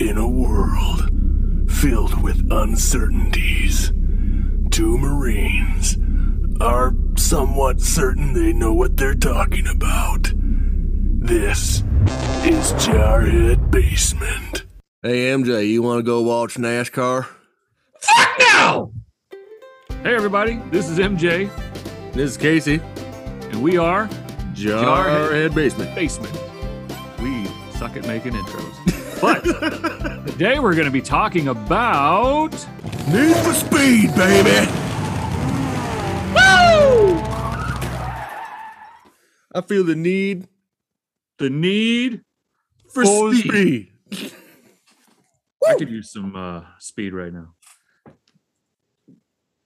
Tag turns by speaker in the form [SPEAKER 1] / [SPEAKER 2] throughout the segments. [SPEAKER 1] In a world filled with uncertainties, two Marines are somewhat certain they know what they're talking about. This is Jarhead Basement.
[SPEAKER 2] Hey MJ, you want to go watch NASCAR?
[SPEAKER 3] No! Hey, everybody, this is MJ,
[SPEAKER 2] This is Casey.
[SPEAKER 3] and we are
[SPEAKER 2] Jarhead,
[SPEAKER 3] Jarhead.
[SPEAKER 2] Basement.
[SPEAKER 3] Basement. We suck at making intros. But today we're going to be talking about.
[SPEAKER 1] Need for Speed, baby!
[SPEAKER 2] I feel the need
[SPEAKER 3] The need.
[SPEAKER 2] for
[SPEAKER 3] Oh,
[SPEAKER 2] speed.
[SPEAKER 3] I could use some uh, speed right now.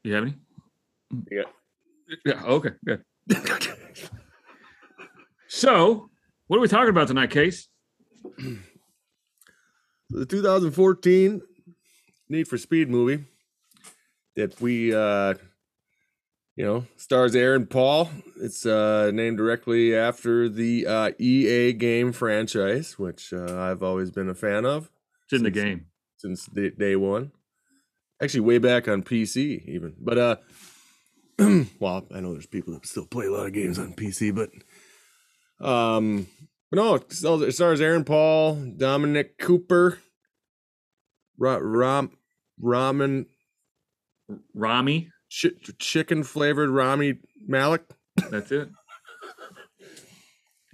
[SPEAKER 3] You have any?
[SPEAKER 2] Yeah.
[SPEAKER 3] Yeah. Okay. Good. so, what are we talking about tonight, Case?
[SPEAKER 2] The 2014 Need for Speed movie that we, uh, you know, stars Aaron Paul. It's uh, named directly after the uh, EA game franchise, which uh, I've always been a fan of
[SPEAKER 3] It's in the
[SPEAKER 2] Since-
[SPEAKER 3] game.
[SPEAKER 2] since day, day one. Actually, way back on PC, even. But uh, well, I know there's people that still play a lot of games on PC, but um, but no, it stars it stars Aaron Paul, Dominic Cooper, Ra- Ram, Ramen
[SPEAKER 3] Rami.
[SPEAKER 2] chi- chicken flavored Rami Malik.
[SPEAKER 3] That's it.
[SPEAKER 2] But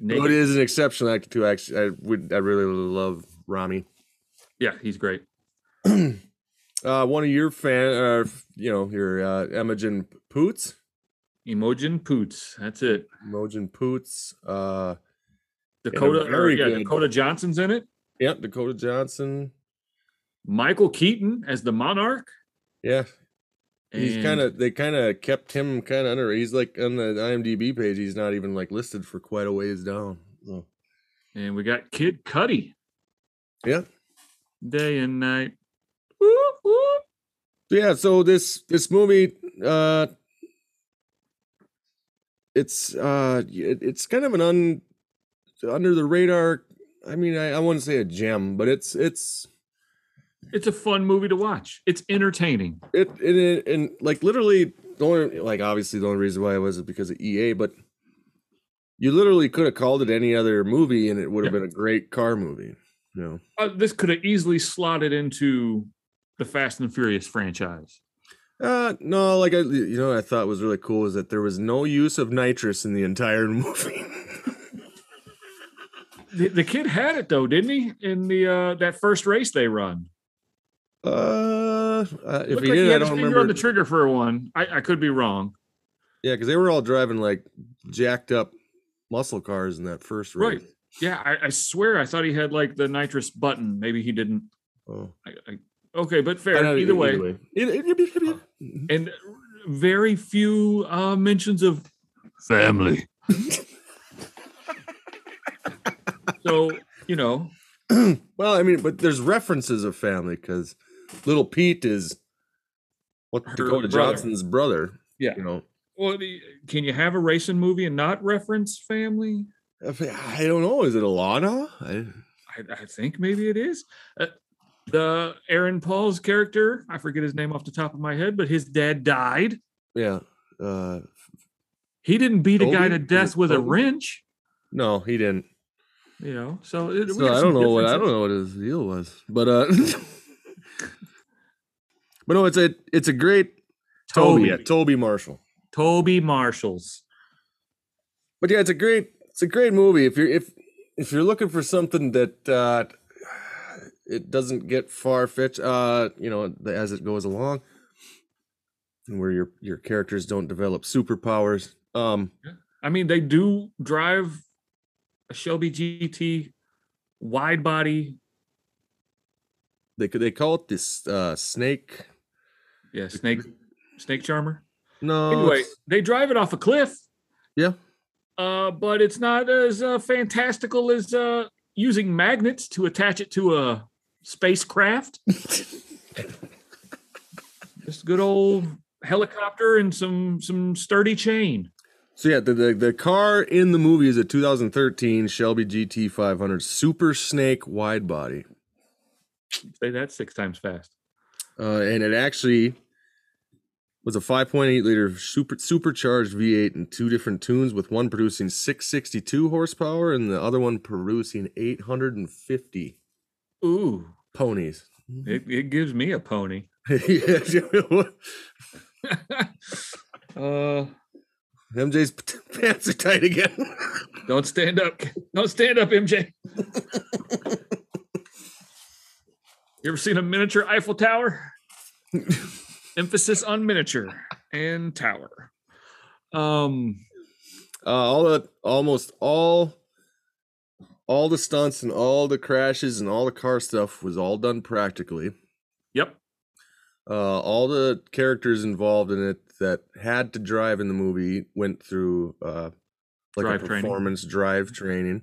[SPEAKER 3] Naked.
[SPEAKER 2] it is an exceptional actor too. Actually, I would I really love Rami.
[SPEAKER 3] Yeah, he's great.
[SPEAKER 2] Uh, one of your fan, uh, you know, your uh, Imogen Poots.
[SPEAKER 3] Emojin Poots. That's it.
[SPEAKER 2] Mojin Poots. Uh,
[SPEAKER 3] Dakota, or,
[SPEAKER 2] very
[SPEAKER 3] yeah,
[SPEAKER 2] good-
[SPEAKER 3] Dakota Johnson's in it.
[SPEAKER 2] yeah, Dakota Johnson.
[SPEAKER 3] Michael Keaton as the Monarch.
[SPEAKER 2] Yeah, he's
[SPEAKER 3] and-
[SPEAKER 2] kind of. They kind of kept him kind of under. He's like on the IMDb page. He's not even like listed for quite a ways down. So,
[SPEAKER 3] And we got Kid Cudi.
[SPEAKER 2] Yeah.
[SPEAKER 3] Day and night. Whoop, whoop.
[SPEAKER 2] so yeah, so this this movie, uh, it's uh, y- it, it's kind of an un under the radar. I mean, I, I wouldn't say a gem, but it's it's
[SPEAKER 3] It's a fun movie to watch. It's entertaining.
[SPEAKER 2] it and, it and like literally the only like obviously the only reason why it was is because of EA, but you literally could have called it any other movie and it would have
[SPEAKER 3] Yeah.
[SPEAKER 2] been a great car movie. You know,
[SPEAKER 3] Uh, this could have easily slotted into the Fast and Furious franchise.
[SPEAKER 2] uh, no, like I you know what I thought was really cool is that there was no use of nitrous in the entire movie.
[SPEAKER 3] The, the kid had it though, didn't he? In the uh, that first race they run.
[SPEAKER 2] uh, uh, if
[SPEAKER 3] Looked
[SPEAKER 2] he
[SPEAKER 3] like
[SPEAKER 2] did, I
[SPEAKER 3] had his
[SPEAKER 2] don't
[SPEAKER 3] finger
[SPEAKER 2] remember.
[SPEAKER 3] on the trigger for one. I, I could be wrong.
[SPEAKER 2] yeah, because they were all driving like jacked up muscle cars in that first race.
[SPEAKER 3] Right. Yeah, I, I swear I thought he had like the nitrous button. Maybe he didn't.
[SPEAKER 2] Oh.
[SPEAKER 3] I, I, okay, but
[SPEAKER 2] I e-,
[SPEAKER 3] fair.
[SPEAKER 2] don't-
[SPEAKER 3] Either way,
[SPEAKER 2] Either way.
[SPEAKER 3] and very few uh, mentions of family. so you know,
[SPEAKER 2] well, I mean, but there's references of family because little Pete is what
[SPEAKER 3] Her
[SPEAKER 2] Dakota
[SPEAKER 3] brother.
[SPEAKER 2] Johnson's brother.
[SPEAKER 3] Yeah.
[SPEAKER 2] you know,
[SPEAKER 3] well, the- can you have a racing movie and not reference family?
[SPEAKER 2] If- I don't know. Is it Alana? I,
[SPEAKER 3] I, I think maybe it is. Uh, the Aaron Paul's character, I forget his name off the top of my head, but his dad died.
[SPEAKER 2] yeah. Uh,
[SPEAKER 3] He didn't beat a
[SPEAKER 2] Toby?
[SPEAKER 3] guy to
[SPEAKER 2] Is it
[SPEAKER 3] death with a
[SPEAKER 2] Toby?
[SPEAKER 3] wrench,
[SPEAKER 2] no, he didn't.
[SPEAKER 3] you know. So, it, we
[SPEAKER 2] So
[SPEAKER 3] got
[SPEAKER 2] I
[SPEAKER 3] some
[SPEAKER 2] don't know what I
[SPEAKER 3] differences.
[SPEAKER 2] don't know what his deal was, but uh, but no, it's a it's a great Toby, yeah,
[SPEAKER 3] Toby,
[SPEAKER 2] Toby Marshall.
[SPEAKER 3] Toby Marshall's.
[SPEAKER 2] but yeah, it's a great it's a great movie. If you're if if you're looking for something that uh, it doesn't get far fetched, uh, you know, the- as it goes along, and where your your characters don't develop superpowers. Um,
[SPEAKER 3] I mean, they do drive a Shelby GT wide body.
[SPEAKER 2] they could they call it this uh, snake.
[SPEAKER 3] Yeah, snake, snake charmer.
[SPEAKER 2] No,
[SPEAKER 3] Anyway,
[SPEAKER 2] it's-
[SPEAKER 3] they drive it off a cliff.
[SPEAKER 2] Yeah.
[SPEAKER 3] Uh, but it's not as uh, fantastical as uh, using magnets to attach it to a spacecraft. Just good old helicopter and some some sturdy chain.
[SPEAKER 2] so yeah, the, the the car in the movie is a 2013 Shelby GT500 Super Snake wide body.
[SPEAKER 3] Say that six times fast.
[SPEAKER 2] uh, and it actually was a 5.8 liter super supercharged V8 in two different tunes, with one producing 662 horsepower and the other one producing 850
[SPEAKER 3] Ooh,
[SPEAKER 2] ponies.
[SPEAKER 3] it, it gives me a pony.
[SPEAKER 2] MJ's
[SPEAKER 3] uh,
[SPEAKER 2] p- pants are tight again.
[SPEAKER 3] don't stand up. Don't stand up, MJ. you ever seen a miniature Eiffel Tower? Emphasis on miniature and tower. Um,
[SPEAKER 2] Uh, all the almost all all the stunts and all the crashes and all the car stuff was all done practically.
[SPEAKER 3] yep.
[SPEAKER 2] uh, all the characters involved in it that had to drive in the movie went through uh, like
[SPEAKER 3] Drive
[SPEAKER 2] a
[SPEAKER 3] training.
[SPEAKER 2] performance drive training.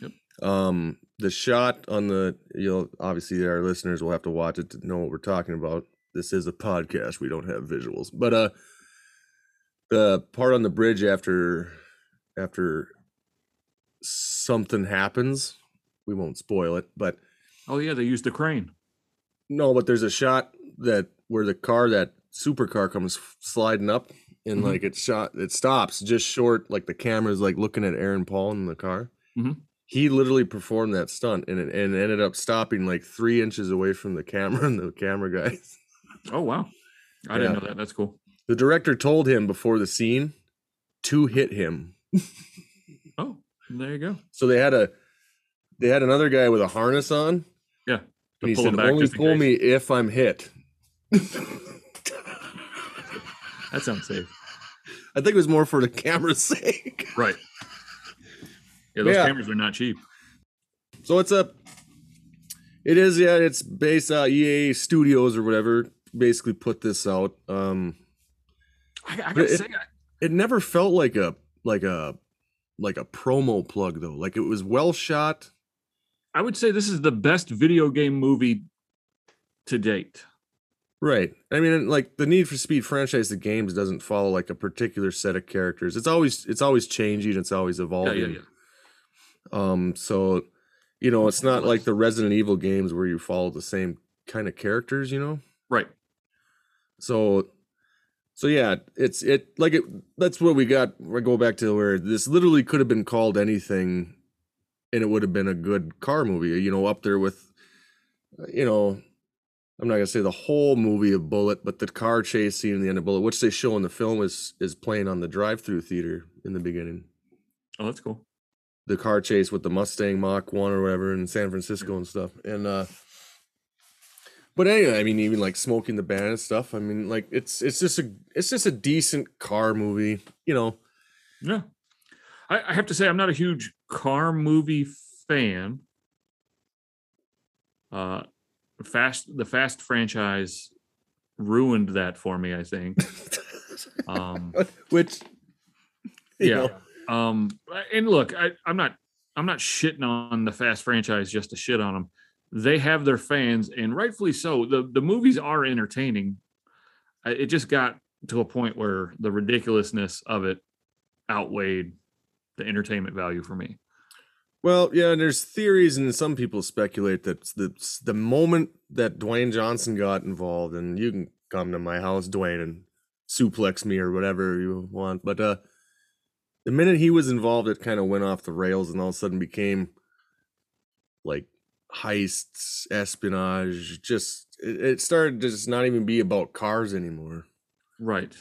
[SPEAKER 3] Yep.
[SPEAKER 2] Um, the shot on the you'll obviously our listeners will have to watch it to know what we're talking about. This is a podcast; we don't have visuals, but uh, the part on the bridge after after something happens, we won't spoil it, but
[SPEAKER 3] Oh yeah, they used the crane.
[SPEAKER 2] no, but there's a shot that where the car, that supercar, comes f- sliding up, and
[SPEAKER 3] Mhm.
[SPEAKER 2] like it's shot, it stops just short. Like the camera's like looking at Aaron Paul in the car.
[SPEAKER 3] Mhm.
[SPEAKER 2] He literally performed that stunt, and it and it ended up stopping like three inches away from the camera and the camera guy.
[SPEAKER 3] Oh wow, I didn't
[SPEAKER 2] Yeah.
[SPEAKER 3] know that. That's cool.
[SPEAKER 2] The director told him before the scene to hit him,
[SPEAKER 3] Oh, there you go.
[SPEAKER 2] so they had a they had another guy with a harness on.
[SPEAKER 3] Yeah, to
[SPEAKER 2] and he
[SPEAKER 3] pull him
[SPEAKER 2] said,
[SPEAKER 3] back
[SPEAKER 2] "Only
[SPEAKER 3] just in
[SPEAKER 2] pull
[SPEAKER 3] case."
[SPEAKER 2] me if I'm hit."
[SPEAKER 3] That sounds safe.
[SPEAKER 2] I think it was more for the camera's sake.
[SPEAKER 3] Right. Yeah, those
[SPEAKER 2] Yeah.
[SPEAKER 3] cameras are not cheap.
[SPEAKER 2] So it's a, it is yeah, it's based out EA Studios or whatever. Basically, put this out. Um,
[SPEAKER 3] I, I
[SPEAKER 2] But
[SPEAKER 3] gotta
[SPEAKER 2] it-
[SPEAKER 3] say, I-
[SPEAKER 2] it never felt like a like a like a promo plug though. Like it was well shot.
[SPEAKER 3] I would say this is the best video game movie to date.
[SPEAKER 2] Right. I mean, like the Need for Speed franchise, the games doesn't follow like a particular set of characters. It's always it's always changing. It's always
[SPEAKER 3] Yeah,
[SPEAKER 2] evolving.
[SPEAKER 3] yeah, yeah.
[SPEAKER 2] Um, so you know, it's not like the Resident Evil games where you follow the same kind of characters. You know.
[SPEAKER 3] Right.
[SPEAKER 2] so so yeah it's it like it that's what we got we go back to where this literally could have been called anything and it would have been a good car movie you know up there with uh, you know i'm not gonna say the whole movie of bullet but the car chase scene in the end of bullet which they show in the film is is playing on the drive-through theater in the beginning
[SPEAKER 3] Oh, that's cool.
[SPEAKER 2] the car chase with the Mustang Mach One or whatever in San Francisco and stuff. And uh but anyway, I mean, even like smoking the ban and stuff. I mean, like it's it's just a it's just a decent car movie, you know.
[SPEAKER 3] Yeah. I, I have to say, I'm not a huge car movie fan. Uh, fast the Fast franchise ruined that for me. I think. Um,
[SPEAKER 2] Which you
[SPEAKER 3] yeah.
[SPEAKER 2] know,
[SPEAKER 3] Um, and look, I, I'm not I'm not shitting on the Fast franchise just to shit on them. They have their fans, and rightfully so. the The movies are entertaining. I- It just got to a point where the ridiculousness of it outweighed the entertainment value for me.
[SPEAKER 2] Well, yeah, and there's theories, and some people speculate that the the moment that Dwayne Johnson got involved, and you can come to my house, Dwayne, and suplex me or whatever you want, but uh, the minute he was involved, it kind of went off the rails, and all of a sudden became like heists, espionage. Just it, it started to just not even be about cars anymore.
[SPEAKER 3] Right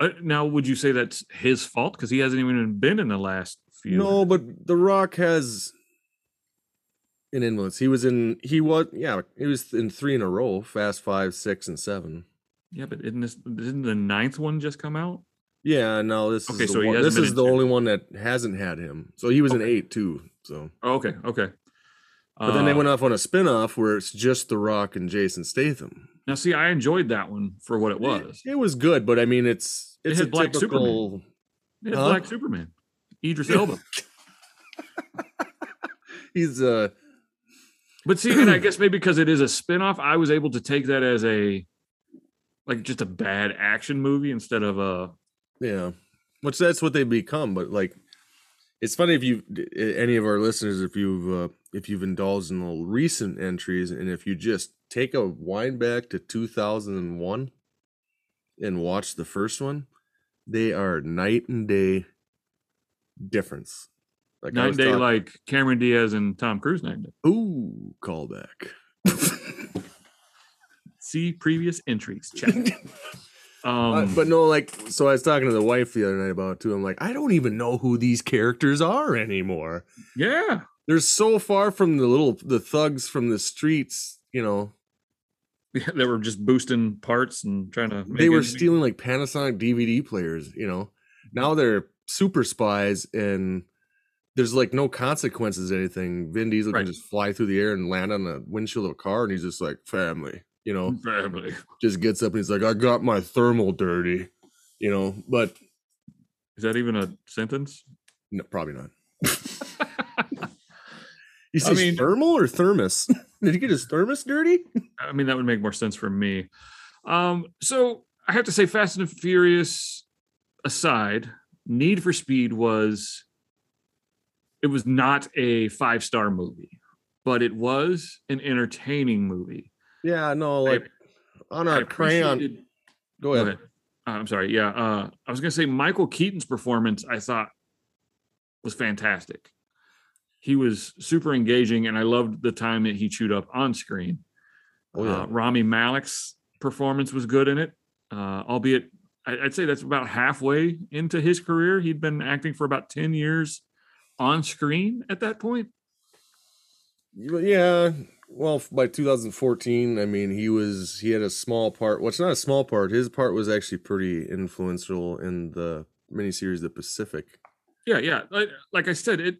[SPEAKER 3] uh, now, would you say that's his fault because he hasn't even been in the last few?
[SPEAKER 2] No, but The Rock has an influence. He was in he was yeah, he was in three in a row, fast five, six, and seven.
[SPEAKER 3] Yeah, but isn't this didn't the ninth one just come out?
[SPEAKER 2] Yeah, no, this
[SPEAKER 3] Okay,
[SPEAKER 2] is the,
[SPEAKER 3] so he
[SPEAKER 2] one-
[SPEAKER 3] hasn't
[SPEAKER 2] this
[SPEAKER 3] been
[SPEAKER 2] is
[SPEAKER 3] in
[SPEAKER 2] the
[SPEAKER 3] two.
[SPEAKER 2] only one that hasn't had him. So he was in
[SPEAKER 3] Okay.
[SPEAKER 2] eight too. So
[SPEAKER 3] Oh, okay, okay.
[SPEAKER 2] but then they
[SPEAKER 3] Uh,
[SPEAKER 2] went off on a spin-off where it's just The Rock and Jason Statham.
[SPEAKER 3] Now, see, I enjoyed that one for what it was.
[SPEAKER 2] It, was good, but I mean it's
[SPEAKER 3] It
[SPEAKER 2] it's
[SPEAKER 3] had
[SPEAKER 2] a
[SPEAKER 3] Black Superman.
[SPEAKER 2] typical
[SPEAKER 3] It's
[SPEAKER 2] Huh?
[SPEAKER 3] Black Superman, Idris Elba.
[SPEAKER 2] he's uh
[SPEAKER 3] But see, and I guess maybe because it is a spinoff, I was able to take that as a like just a bad action movie instead of a
[SPEAKER 2] Yeah, which that's what they become. But like, it's funny if you d- any of our listeners, if you've uh, if you've indulged in the recent entries and if you just take a wind back to 2001 and watch the first one, they are night and day difference. Like I
[SPEAKER 3] night
[SPEAKER 2] was
[SPEAKER 3] and day,
[SPEAKER 2] talk-
[SPEAKER 3] like Cameron Diaz and Tom Cruise night and day.
[SPEAKER 2] ooh, callback.
[SPEAKER 3] See previous entries. Check. Um,
[SPEAKER 2] Uh, but no, like, so I was talking to the wife the other night about it too. I'm like, I don't even know who these characters are anymore.
[SPEAKER 3] yeah,
[SPEAKER 2] They're so far from the little the thugs from the streets. You know,
[SPEAKER 3] yeah, they were just boosting parts and trying to.
[SPEAKER 2] they
[SPEAKER 3] make
[SPEAKER 2] were
[SPEAKER 3] ends meet.
[SPEAKER 2] stealing like Panasonic DVD players. You know, now they're super spies, and there's like no consequences. to Anything. Vin Diesel
[SPEAKER 3] Right.
[SPEAKER 2] can just fly through the air and land on the windshield of a car, and he's just like family. You know,
[SPEAKER 3] Mm. family.
[SPEAKER 2] just gets up and he's like, I got my thermal dirty. You know, but
[SPEAKER 3] Is that even a sentence?
[SPEAKER 2] no, probably not. You say
[SPEAKER 3] I mean-
[SPEAKER 2] thermal or thermos? Did he get his thermos dirty?
[SPEAKER 3] I mean, that would make more sense for me. Um, so I have to say, Fast and Furious aside, Need for Speed was it was not a five star movie, but it was an entertaining movie.
[SPEAKER 2] Yeah, no,
[SPEAKER 3] I-
[SPEAKER 2] like on
[SPEAKER 3] I
[SPEAKER 2] a crayon.
[SPEAKER 3] appreciated-
[SPEAKER 2] Go
[SPEAKER 3] Go
[SPEAKER 2] ahead.
[SPEAKER 3] ahead. Uh, I'm sorry. Yeah, uh, I was gonna say Michael Keaton's performance. I thought was fantastic. He was super engaging, and I loved the time that he chewed up on screen.
[SPEAKER 2] Oh, yeah.
[SPEAKER 3] Uh, Rami Malek's performance was good in it, uh, albeit I- I'd say that's about halfway into his career. He'd been acting for about 10 years on screen at that point.
[SPEAKER 2] You- yeah. Well, f- by 2014, I mean he was he had a small part. What's not a small part? His part was actually pretty influential in the miniseries The Pacific.
[SPEAKER 3] Yeah, yeah. Like, like I said, it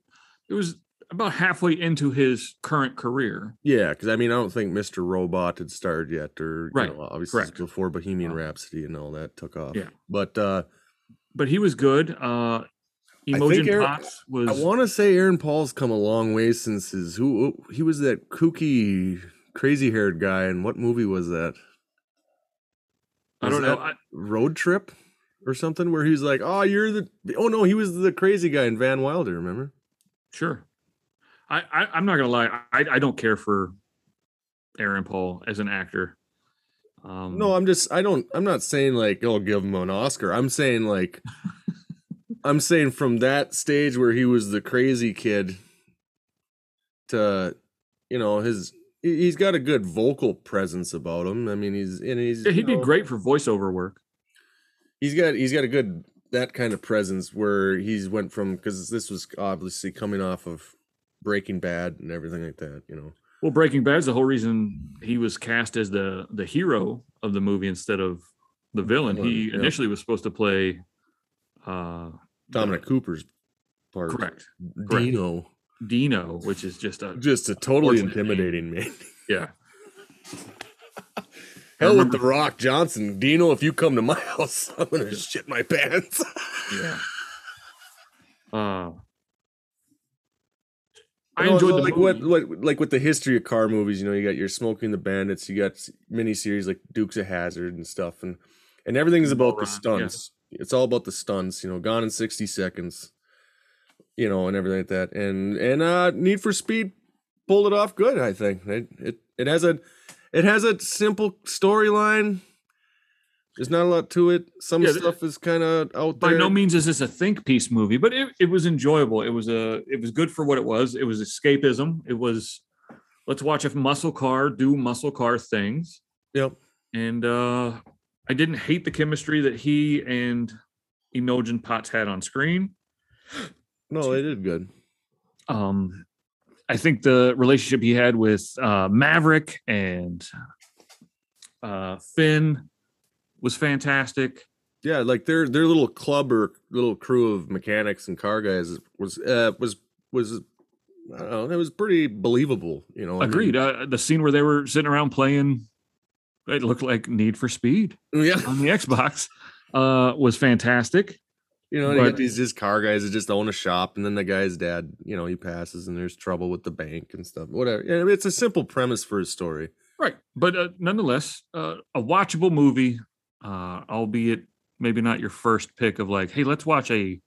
[SPEAKER 3] it was about halfway into his current career.
[SPEAKER 2] Yeah, because I mean I don't think Mr. Robot had started yet, or you
[SPEAKER 3] Right,
[SPEAKER 2] know, obviously it's
[SPEAKER 3] correct.
[SPEAKER 2] before Bohemian
[SPEAKER 3] Uh,
[SPEAKER 2] Rhapsody and all that took off.
[SPEAKER 3] Yeah.
[SPEAKER 2] but uh,
[SPEAKER 3] But he was good. Uh
[SPEAKER 2] think
[SPEAKER 3] Emojin
[SPEAKER 2] Eric-
[SPEAKER 3] Potts was
[SPEAKER 2] I want to say Aaron Paul's come a long way since his who who- he was that kooky crazy haired guy and what movie was that?
[SPEAKER 3] I don't
[SPEAKER 2] was
[SPEAKER 3] know.
[SPEAKER 2] that-
[SPEAKER 3] I,
[SPEAKER 2] Road Trip or something where he's like, "Oh, you're the Oh no, he was the crazy guy in Van Wilder, remember?
[SPEAKER 3] sure. I, I I'm not gonna lie. I I don't care for Aaron Paul as an actor. Um,
[SPEAKER 2] No, I'm just I don't I'm not saying like, "Oh, give him an Oscar." I'm saying like I'm saying from that stage where he was the crazy kid to you know, his he- he's got a good vocal presence about him. I mean, he's and he's
[SPEAKER 3] Yeah, he
[SPEAKER 2] you know,
[SPEAKER 3] did great for voiceover work.
[SPEAKER 2] he's got he's got a good that kind of presence where he's went from because this was obviously coming off of Breaking Bad and everything like that, you know.
[SPEAKER 3] Well, Breaking Bad's the whole reason he was cast as the the hero of the movie instead of the villain. He
[SPEAKER 2] Yeah.
[SPEAKER 3] initially was supposed to play uh
[SPEAKER 2] Dominic Cooper's part,
[SPEAKER 3] correct correct.
[SPEAKER 2] Dino,
[SPEAKER 3] Dino, which is just a
[SPEAKER 2] just a totally
[SPEAKER 3] Unfortunate name.
[SPEAKER 2] intimidating man.
[SPEAKER 3] yeah.
[SPEAKER 2] Hell with the Rock Johnson, Dino. If you come to my house, I'm gonna shit my pants.
[SPEAKER 3] Yeah. Uh I
[SPEAKER 2] No,
[SPEAKER 3] enjoyed
[SPEAKER 2] so
[SPEAKER 3] the
[SPEAKER 2] like
[SPEAKER 3] movie.
[SPEAKER 2] what what like with the history of car movies. You know, you got your Smoking the Bandits, you got s- miniseries like Dukes of Hazard and stuff, and and everything's about the
[SPEAKER 3] Moron, yeah.
[SPEAKER 2] stunts. It's all about the stunts. You know, Gone in sixty seconds. You know, and everything like that, and and uh Need for Speed pulled it off good. I think it it, it has a it has a simple storyline. There's not a lot to it. Some
[SPEAKER 3] Yeah, th-
[SPEAKER 2] stuff is kind of out
[SPEAKER 3] by
[SPEAKER 2] there.
[SPEAKER 3] no means is this a think piece movie, but it, it was enjoyable. It was a it was good for what it was. It was escapism. It was let's watch a muscle car do muscle car things.
[SPEAKER 2] Yep.
[SPEAKER 3] And uh I didn't hate the chemistry that he and Emojin Potts had on screen.
[SPEAKER 2] No, they did good.
[SPEAKER 3] Um I think the relationship he had with uh Maverick and uh Finn was fantastic.
[SPEAKER 2] Yeah, like their their little club or little crew of mechanics and car guys was uh, was was I don't know, it was pretty believable, you know. I mean-
[SPEAKER 3] Agreed. Uh, the scene where they were sitting around playing, it looked like Need for Speed
[SPEAKER 2] yeah,
[SPEAKER 3] on the Xbox, uh, was fantastic.
[SPEAKER 2] you know, and you got
[SPEAKER 3] But-
[SPEAKER 2] these just car guys that just own a shop, and then the guy's dad, you know, he passes, and there's trouble with the bank and stuff. Whatever. Yeah, I mean, it's a simple premise for his story.
[SPEAKER 3] Right. But uh, nonetheless, uh, a watchable movie, uh, albeit maybe not your first pick of like, hey, let's watch a,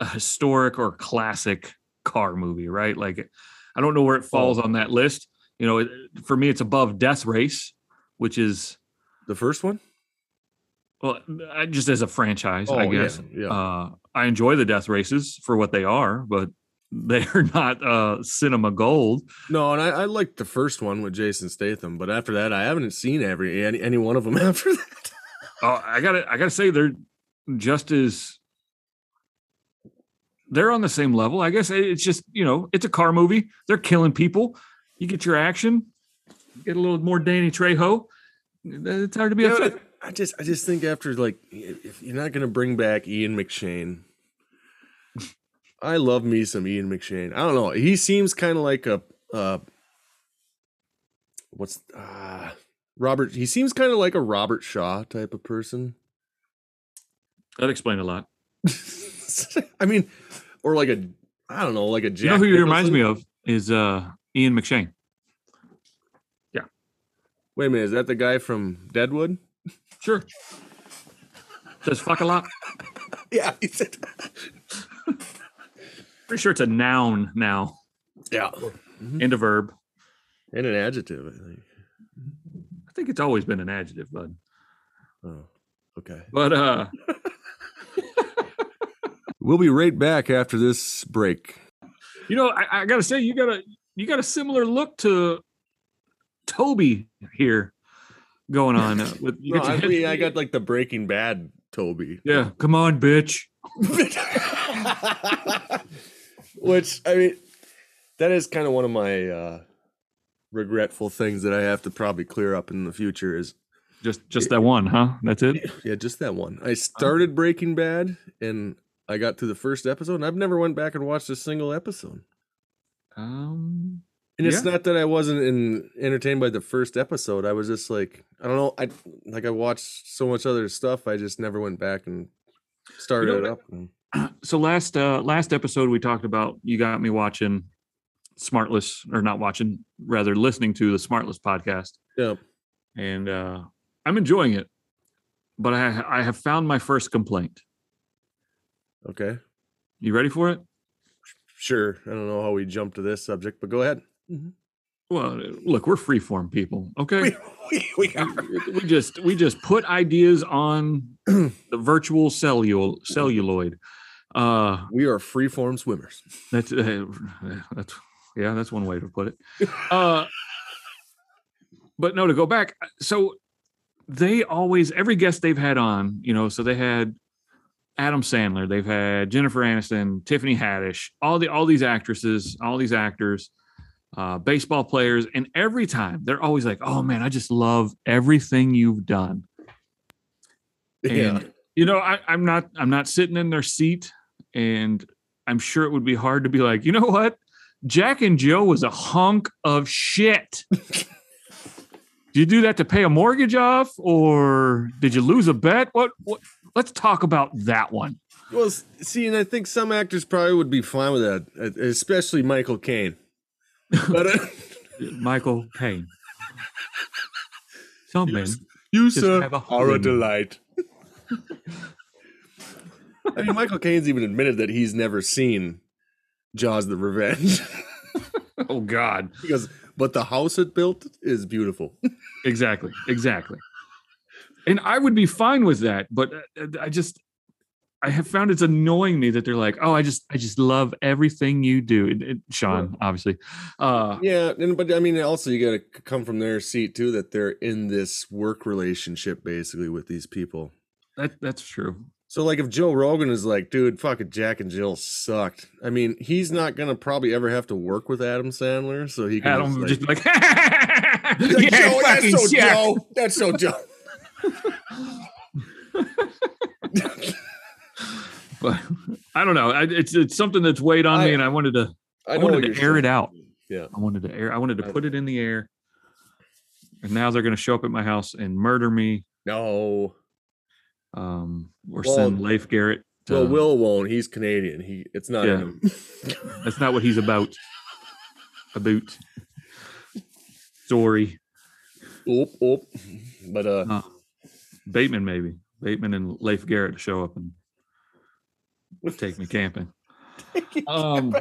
[SPEAKER 3] a historic or classic car movie, right? Like, I don't know where it falls on that list. You know, it, for me, it's above Death Race, which is
[SPEAKER 2] The first one?
[SPEAKER 3] well, I, just as a franchise, I
[SPEAKER 2] Oh,
[SPEAKER 3] guess.
[SPEAKER 2] Yeah. yeah.
[SPEAKER 3] Uh, I enjoy the Death Races for what they are, but they're not uh, cinema gold.
[SPEAKER 2] no, and I, I liked the first one with Jason Statham, but after that, I haven't seen every any, any one of them after that.
[SPEAKER 3] Oh, I gotta, I gotta say they're just as they're on the same level. I guess it's just you know it's a car movie. They're killing people. You get your action. Get a little more Danny Trejo. It's hard to be
[SPEAKER 2] You know,
[SPEAKER 3] upset.
[SPEAKER 2] I, I just, I just think after like, if you're not gonna bring back Ian McShane, I love me some Ian McShane. I don't know. He seems kind of like a, uh, what's uh, Robert? He seems kind of like a Robert Shaw type of person.
[SPEAKER 3] That explained a lot.
[SPEAKER 2] I mean, or like a, I don't know, like a Jack.
[SPEAKER 3] you know who he reminds me of is uh, Ian McShane.
[SPEAKER 2] Wait a minute, is that the guy from Deadwood?
[SPEAKER 3] Sure. Says fuck a lot.
[SPEAKER 2] Yeah, he said.
[SPEAKER 3] Pretty sure it's a noun now
[SPEAKER 2] Yeah,
[SPEAKER 3] and a verb.
[SPEAKER 2] and an adjective, I think.
[SPEAKER 3] I think it's always been an adjective, bud.
[SPEAKER 2] Oh, okay.
[SPEAKER 3] But uh,
[SPEAKER 2] We'll be right back after this break.
[SPEAKER 3] You know, I, I gotta say, you got a you got a similar look to Toby here going on uh, with you
[SPEAKER 2] No,
[SPEAKER 3] got
[SPEAKER 2] I
[SPEAKER 3] your head-
[SPEAKER 2] mean, I got like the Breaking Bad Toby.
[SPEAKER 3] yeah. Come on, bitch.
[SPEAKER 2] Which I mean, that is kind of one of my uh, regretful things that I have to probably clear up in the future is
[SPEAKER 3] Just just that one, huh? That's it.
[SPEAKER 2] Yeah, just that one. I started Breaking Bad and I got to the first episode and I've never went back and watched a single episode.
[SPEAKER 3] Um,
[SPEAKER 2] And it's
[SPEAKER 3] Yeah.
[SPEAKER 2] not that I wasn't in, entertained by the first episode. I was just like, I don't know, I like I watched so much other stuff. I just never went back and started
[SPEAKER 3] know
[SPEAKER 2] it
[SPEAKER 3] what-
[SPEAKER 2] up. and-
[SPEAKER 3] so last uh last episode we talked about you got me watching Smartless or not watching, rather listening to the Smartless podcast.
[SPEAKER 2] yeah.
[SPEAKER 3] and uh, I'm enjoying it. But I, I have found my first complaint.
[SPEAKER 2] Okay.
[SPEAKER 3] You ready for it?
[SPEAKER 2] Sure. I don't know how we jumped to this subject, but go ahead.
[SPEAKER 3] Well, look, we're freeform people, okay?
[SPEAKER 2] we, we are.
[SPEAKER 3] we just we just put ideas on the virtual cellul- celluloid. Uh,
[SPEAKER 2] We are freeform swimmers.
[SPEAKER 3] that's uh, that's yeah, that's one way to put it. Uh, but no, to go back, uh, so they always every guest they've had on, you know, so they had Adam Sandler, they've had Jennifer Aniston, Tiffany Haddish, all the all these actresses, all these actors, uh, baseball players, and every time they're always like, "Oh man, I just love everything you've done."
[SPEAKER 2] Yeah.
[SPEAKER 3] And you know, I, I'm not I'm not sitting in their seat, and I'm sure it would be hard to be like, you know what, Jack and Joe was a hunk of shit. Did you do that to pay a mortgage off, or did you lose a bet? What? what let's talk about that one.
[SPEAKER 2] Well, s- see, and I think some actors probably would be fine with that, e- especially Michael Caine. But uh,
[SPEAKER 3] Michael Caine. Some men.
[SPEAKER 2] you,
[SPEAKER 3] Just
[SPEAKER 2] sir,
[SPEAKER 3] have a
[SPEAKER 2] are a
[SPEAKER 3] home.
[SPEAKER 2] uh, delight. I mean, Michael Caine's even admitted that he's never seen Jaws: The Revenge
[SPEAKER 3] Oh God.
[SPEAKER 2] because, but the house it built is beautiful.
[SPEAKER 3] Exactly. Exactly. And I would be fine with that, but uh, I just I have found it's annoying me that they're like, "Oh, I just I just love everything you do." It, it- Sean, obviously. Uh
[SPEAKER 2] yeah, and but I mean, also you got to come from their seat too that they're in this work relationship basically with these people.
[SPEAKER 3] that that's true.
[SPEAKER 2] So like if Joe Rogan is like, dude, fucking Jack and Jill sucked. I mean, he's not gonna probably ever have to work with Adam Sandler, so he can
[SPEAKER 3] Adam would
[SPEAKER 2] just
[SPEAKER 3] just
[SPEAKER 2] like,
[SPEAKER 3] be like,
[SPEAKER 2] He's like,
[SPEAKER 3] "Yeah,
[SPEAKER 2] Joe, that's
[SPEAKER 3] fucking
[SPEAKER 2] so Joe. That's so
[SPEAKER 3] Jack."
[SPEAKER 2] Joe.
[SPEAKER 3] But I don't know. I, it's it's something that's weighed on
[SPEAKER 2] I-
[SPEAKER 3] me, and I wanted to I, wanted to air it out.
[SPEAKER 2] Yeah.
[SPEAKER 3] I wanted to air. I wanted to
[SPEAKER 2] I-
[SPEAKER 3] put it in the air. And now they're going to show up at my house and murder me,
[SPEAKER 2] No.
[SPEAKER 3] um, or
[SPEAKER 2] Well-
[SPEAKER 3] send Leif Garrett. To,
[SPEAKER 2] Well, Will won't. He's Canadian. He it's not
[SPEAKER 3] Yeah.
[SPEAKER 2] him.
[SPEAKER 3] That's not what he's about. About. Sorry,
[SPEAKER 2] oop, oop. But uh
[SPEAKER 3] Uh, Bateman maybe Bateman and Leif Garrett to show up and take me camping. Um,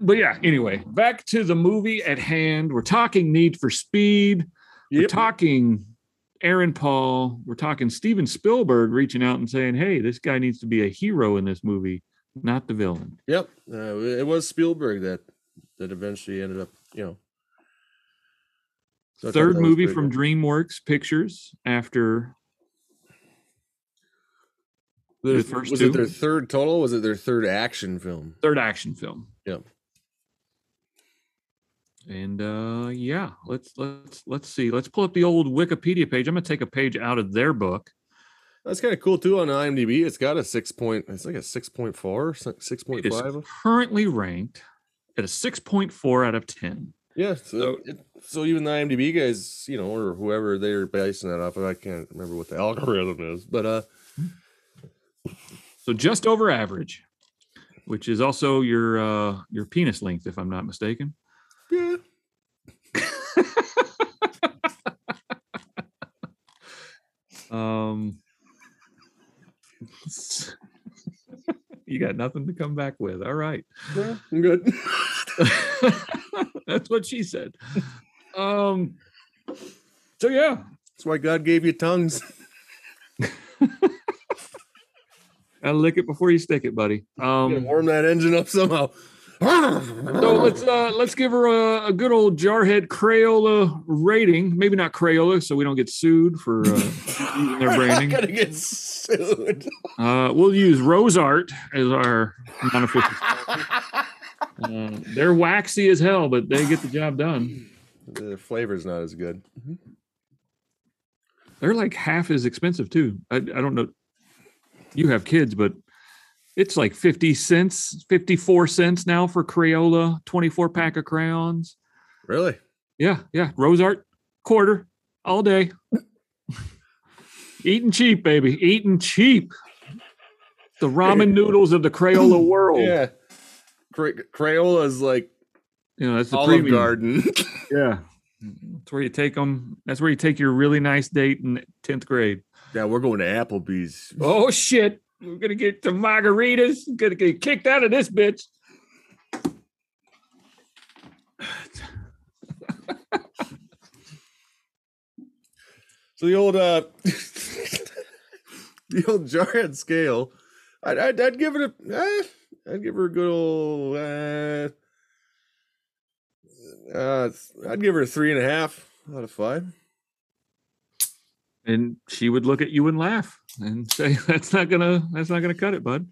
[SPEAKER 3] but yeah, anyway, back to the movie at hand. We're talking Need for Speed. We're
[SPEAKER 2] Yep.
[SPEAKER 3] talking Aaron Paul. We're talking Steven Spielberg reaching out and saying, "Hey, this guy needs to be a hero in this movie, not the villain."
[SPEAKER 2] Yep, uh, it was Spielberg that that eventually ended up, you know. So I thought
[SPEAKER 3] Third
[SPEAKER 2] that was
[SPEAKER 3] movie
[SPEAKER 2] pretty
[SPEAKER 3] from
[SPEAKER 2] good.
[SPEAKER 3] DreamWorks Pictures after the
[SPEAKER 2] was,
[SPEAKER 3] first
[SPEAKER 2] was
[SPEAKER 3] two.
[SPEAKER 2] it their third total? Was it their third action film?
[SPEAKER 3] third action film.
[SPEAKER 2] Yep.
[SPEAKER 3] And uh yeah, let's let's let's see. Let's pull up the old Wikipedia page. I'm gonna take a page out of their book.
[SPEAKER 2] That's kind of cool too on IMDb. It's got a six point. It's like a six point four, six
[SPEAKER 3] It
[SPEAKER 2] point
[SPEAKER 3] is
[SPEAKER 2] five.
[SPEAKER 3] currently ranked at a 6.4 out of 10.
[SPEAKER 2] Yeah. So, it, so even the IMDb guys, you know, or whoever they're basing that off of, I can't remember what the algorithm is, but uh,
[SPEAKER 3] So just over average, which is also your uh your penis length, if I'm not mistaken.
[SPEAKER 2] yeah,
[SPEAKER 3] Um you got nothing to come back with. All right.
[SPEAKER 2] yeah I'm good.
[SPEAKER 3] That's what she said. Um. So yeah,
[SPEAKER 2] That's why God gave you tongues.
[SPEAKER 3] I lick it before you stick it, buddy.
[SPEAKER 2] Gotta
[SPEAKER 3] Um.
[SPEAKER 2] warm that engine up somehow.
[SPEAKER 3] So let's uh let's give her a, a good old jarhead Crayola rating. Maybe not Crayola, so we don't get sued for uh, using their branding.
[SPEAKER 2] gonna get sued.
[SPEAKER 3] Uh, we'll use Rose Art as our non-official. Uh, they're waxy as hell, but they get the job done.
[SPEAKER 2] The flavor's not as good.
[SPEAKER 3] They're like half as expensive too. I, I don't know. You have kids, but it's like fifty cents, fifty-four cents now for Crayola twenty-four pack of crayons.
[SPEAKER 2] Really?
[SPEAKER 3] Yeah, yeah. Rose Art quarter all day. Eating cheap, baby. Eating cheap. The ramen noodles of the Crayola world.
[SPEAKER 2] Yeah. Cray- Crayola's like
[SPEAKER 3] You know, that's the
[SPEAKER 2] Olive
[SPEAKER 3] premium.
[SPEAKER 2] Garden.
[SPEAKER 3] Yeah. That's where you take them. That's where you take your really nice date in 10th grade.
[SPEAKER 2] yeah, we're going to Applebee's.
[SPEAKER 3] Oh, shit. We're going to get some margaritas. going to get kicked out of this bitch.
[SPEAKER 2] So the old uh the old jarhead scale, I'd, I'd, I'd give it a eh, I'd give her a good old uh, uh I'd give her a three and a half out of five.
[SPEAKER 3] And she would look at you and laugh and say, that's not going to, that's not going to cut it, bud.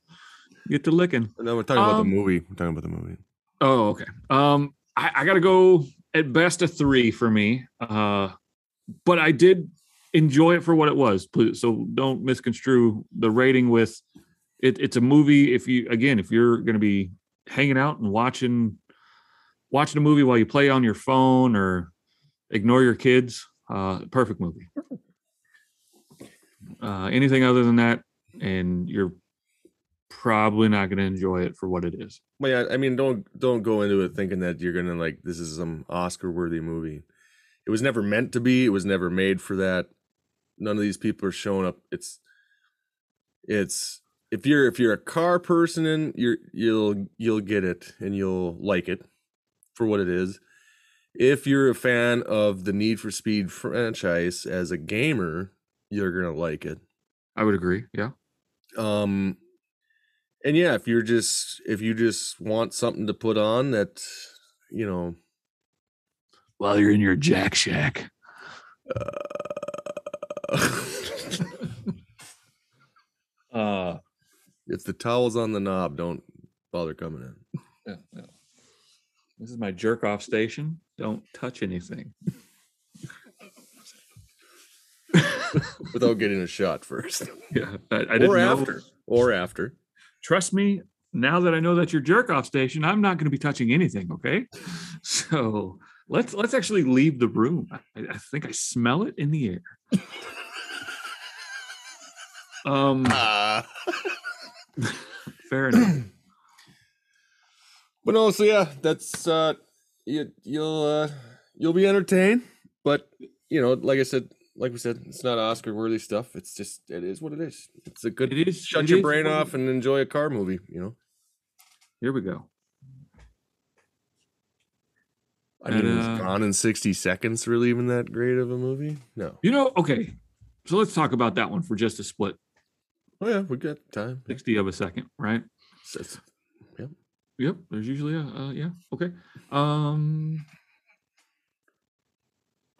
[SPEAKER 3] Get to licking.
[SPEAKER 2] No, we're talking
[SPEAKER 3] Um,
[SPEAKER 2] movie. We're talking about the movie.
[SPEAKER 3] Oh, okay. Um, I, I gotta go at best a three for me. Uh, but I did enjoy it for what it was. Pl- So don't misconstrue the rating with it. It's a movie. If you again, if you're gonna be hanging out and watching watching a movie while you play on your phone or ignore your kids, uh, perfect movie. Uh, anything other than that, and you're probably not gonna enjoy it for what it is.
[SPEAKER 2] But yeah, I mean, don't don't go into it thinking that you're gonna like this is some Oscar worthy movie. It was never meant to be. It was never made for that. None of these people are showing up. It's it's if you're if you're a car person, and you're you'll you'll get it and you'll like it for what it is. If you're a fan of the Need for Speed franchise as a gamer, you're gonna like it
[SPEAKER 3] I would agree. Yeah.
[SPEAKER 2] um and yeah if you're just if you just want something to put on that you know
[SPEAKER 3] while you're in your Jack Shack. Uh,
[SPEAKER 2] it's the towels on the knob don't bother coming in
[SPEAKER 3] This is my jerk off station. Don't touch anything.
[SPEAKER 2] without getting a shot first
[SPEAKER 3] Yeah, I, I didn't
[SPEAKER 2] or
[SPEAKER 3] know.
[SPEAKER 2] after or after
[SPEAKER 3] Trust me. Now that I know that's your jerk off station, I'm not going to be touching anything. Okay, so let's let's actually leave the room. I, I think I smell it in the air. Um,
[SPEAKER 2] Ah.
[SPEAKER 3] fair enough.
[SPEAKER 2] but no so yeah that's uh you, you'll uh you'll be entertained but you know like i said like we said it's not oscar worthy stuff it's just it is what it is it's a good
[SPEAKER 3] It is.
[SPEAKER 2] shut
[SPEAKER 3] it
[SPEAKER 2] your
[SPEAKER 3] is
[SPEAKER 2] brain
[SPEAKER 3] what it
[SPEAKER 2] off and enjoy a car movie you know
[SPEAKER 3] Here we go.
[SPEAKER 2] I mean,
[SPEAKER 3] And,
[SPEAKER 2] was
[SPEAKER 3] uh,
[SPEAKER 2] Gone in 60 Seconds really even that great of a movie? No.
[SPEAKER 3] You know, okay. So let's talk about that one for just a split
[SPEAKER 2] Oh, yeah, we got time.
[SPEAKER 3] 60 of a second, right?
[SPEAKER 2] That's-
[SPEAKER 3] Yep. There's usually a, uh, yeah. Okay. Um,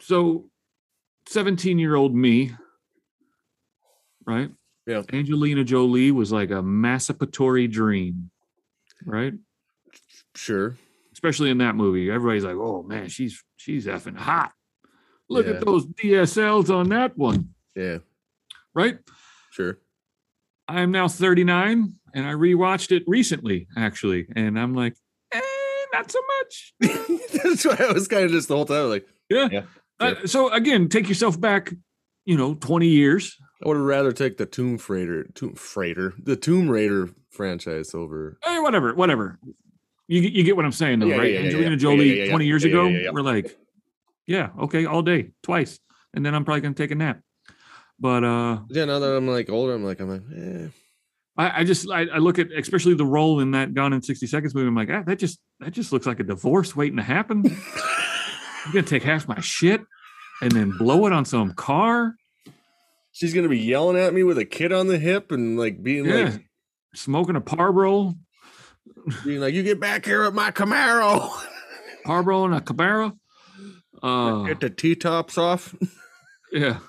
[SPEAKER 3] so 17 year old me, right?
[SPEAKER 2] Yeah.
[SPEAKER 3] Angelina Jolie was like a masturbatory dream, right?
[SPEAKER 2] Sure.
[SPEAKER 3] Especially in that movie. Everybody's like, oh man, she's, she's effing hot. Look
[SPEAKER 2] Yeah.
[SPEAKER 3] at those DSLs on that one,
[SPEAKER 2] Yeah,
[SPEAKER 3] right?
[SPEAKER 2] sure.
[SPEAKER 3] I am now 39 and I rewatched it recently, actually. And I'm like, eh, not so much.
[SPEAKER 2] That's why I was kind of just the whole time like,
[SPEAKER 3] Uh, so again, take yourself back, you know, 20 years.
[SPEAKER 2] I would have rather take the Tomb Freighter, Tomb Freighter, the Tomb Raider franchise over.
[SPEAKER 3] Eh, whatever, whatever. You, get- you get what I'm saying, though,
[SPEAKER 2] Yeah,
[SPEAKER 3] right?
[SPEAKER 2] yeah, yeah, yeah,
[SPEAKER 3] Angelina
[SPEAKER 2] yeah.
[SPEAKER 3] Jolie,
[SPEAKER 2] Yeah, yeah, yeah,
[SPEAKER 3] 20 years
[SPEAKER 2] yeah, yeah,
[SPEAKER 3] ago,
[SPEAKER 2] yeah, yeah.
[SPEAKER 3] we're like, yeah, okay, all day, twice. And then I'm probably going to take a nap. But uh,
[SPEAKER 2] Yeah, now that I'm like older, I'm like, I'm like, eh.
[SPEAKER 3] I, I just I, I look at especially the role in that Gone in 60 Seconds movie. I'm like, ah, that just that just looks like a divorce waiting to happen. I'm gonna take half my shit and then blow it on some car.
[SPEAKER 2] She's gonna be yelling at me with a kid on the hip and like being
[SPEAKER 3] Yeah,
[SPEAKER 2] like,
[SPEAKER 3] smoking a Parbro,
[SPEAKER 2] being like, you get back here with my Camaro.
[SPEAKER 3] Parbro and a Cabera. Uh,
[SPEAKER 2] get the t tops off.
[SPEAKER 3] yeah,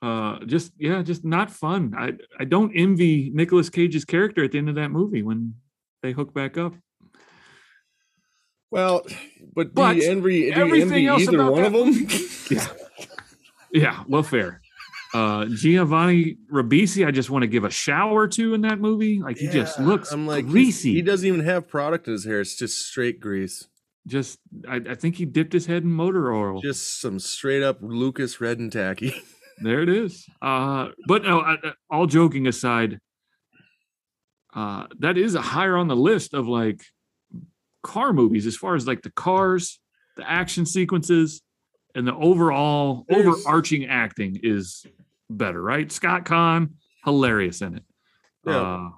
[SPEAKER 3] uh, just yeah, just not fun. I I don't envy Nicolas Cage's character at the end of that movie when they hook back up.
[SPEAKER 2] Well, but,
[SPEAKER 3] But
[SPEAKER 2] do you envy, do you
[SPEAKER 3] everything
[SPEAKER 2] envy
[SPEAKER 3] else
[SPEAKER 2] either
[SPEAKER 3] about
[SPEAKER 2] one of
[SPEAKER 3] that-
[SPEAKER 2] them?
[SPEAKER 3] Yeah, well, fair. Uh, Giovanni Ribisi, I just want to give a shower to in that movie. Like he just
[SPEAKER 2] Yeah,
[SPEAKER 3] looks
[SPEAKER 2] I'm like, he's-
[SPEAKER 3] greasy.
[SPEAKER 2] He doesn't even have product in his hair. It's just straight grease.
[SPEAKER 3] just, I, I think he dipped his head in motor oil.
[SPEAKER 2] Just some straight up Lucas red and tacky.
[SPEAKER 3] there it is. Uh, but no, I, I- all joking aside, uh, that is a higher on the list of like car movies as far as like the cars, the action sequences, and the overall
[SPEAKER 2] There's-
[SPEAKER 3] overarching acting is better, right? Scott Kahn, hilarious in it.
[SPEAKER 2] Yeah.
[SPEAKER 3] Uh,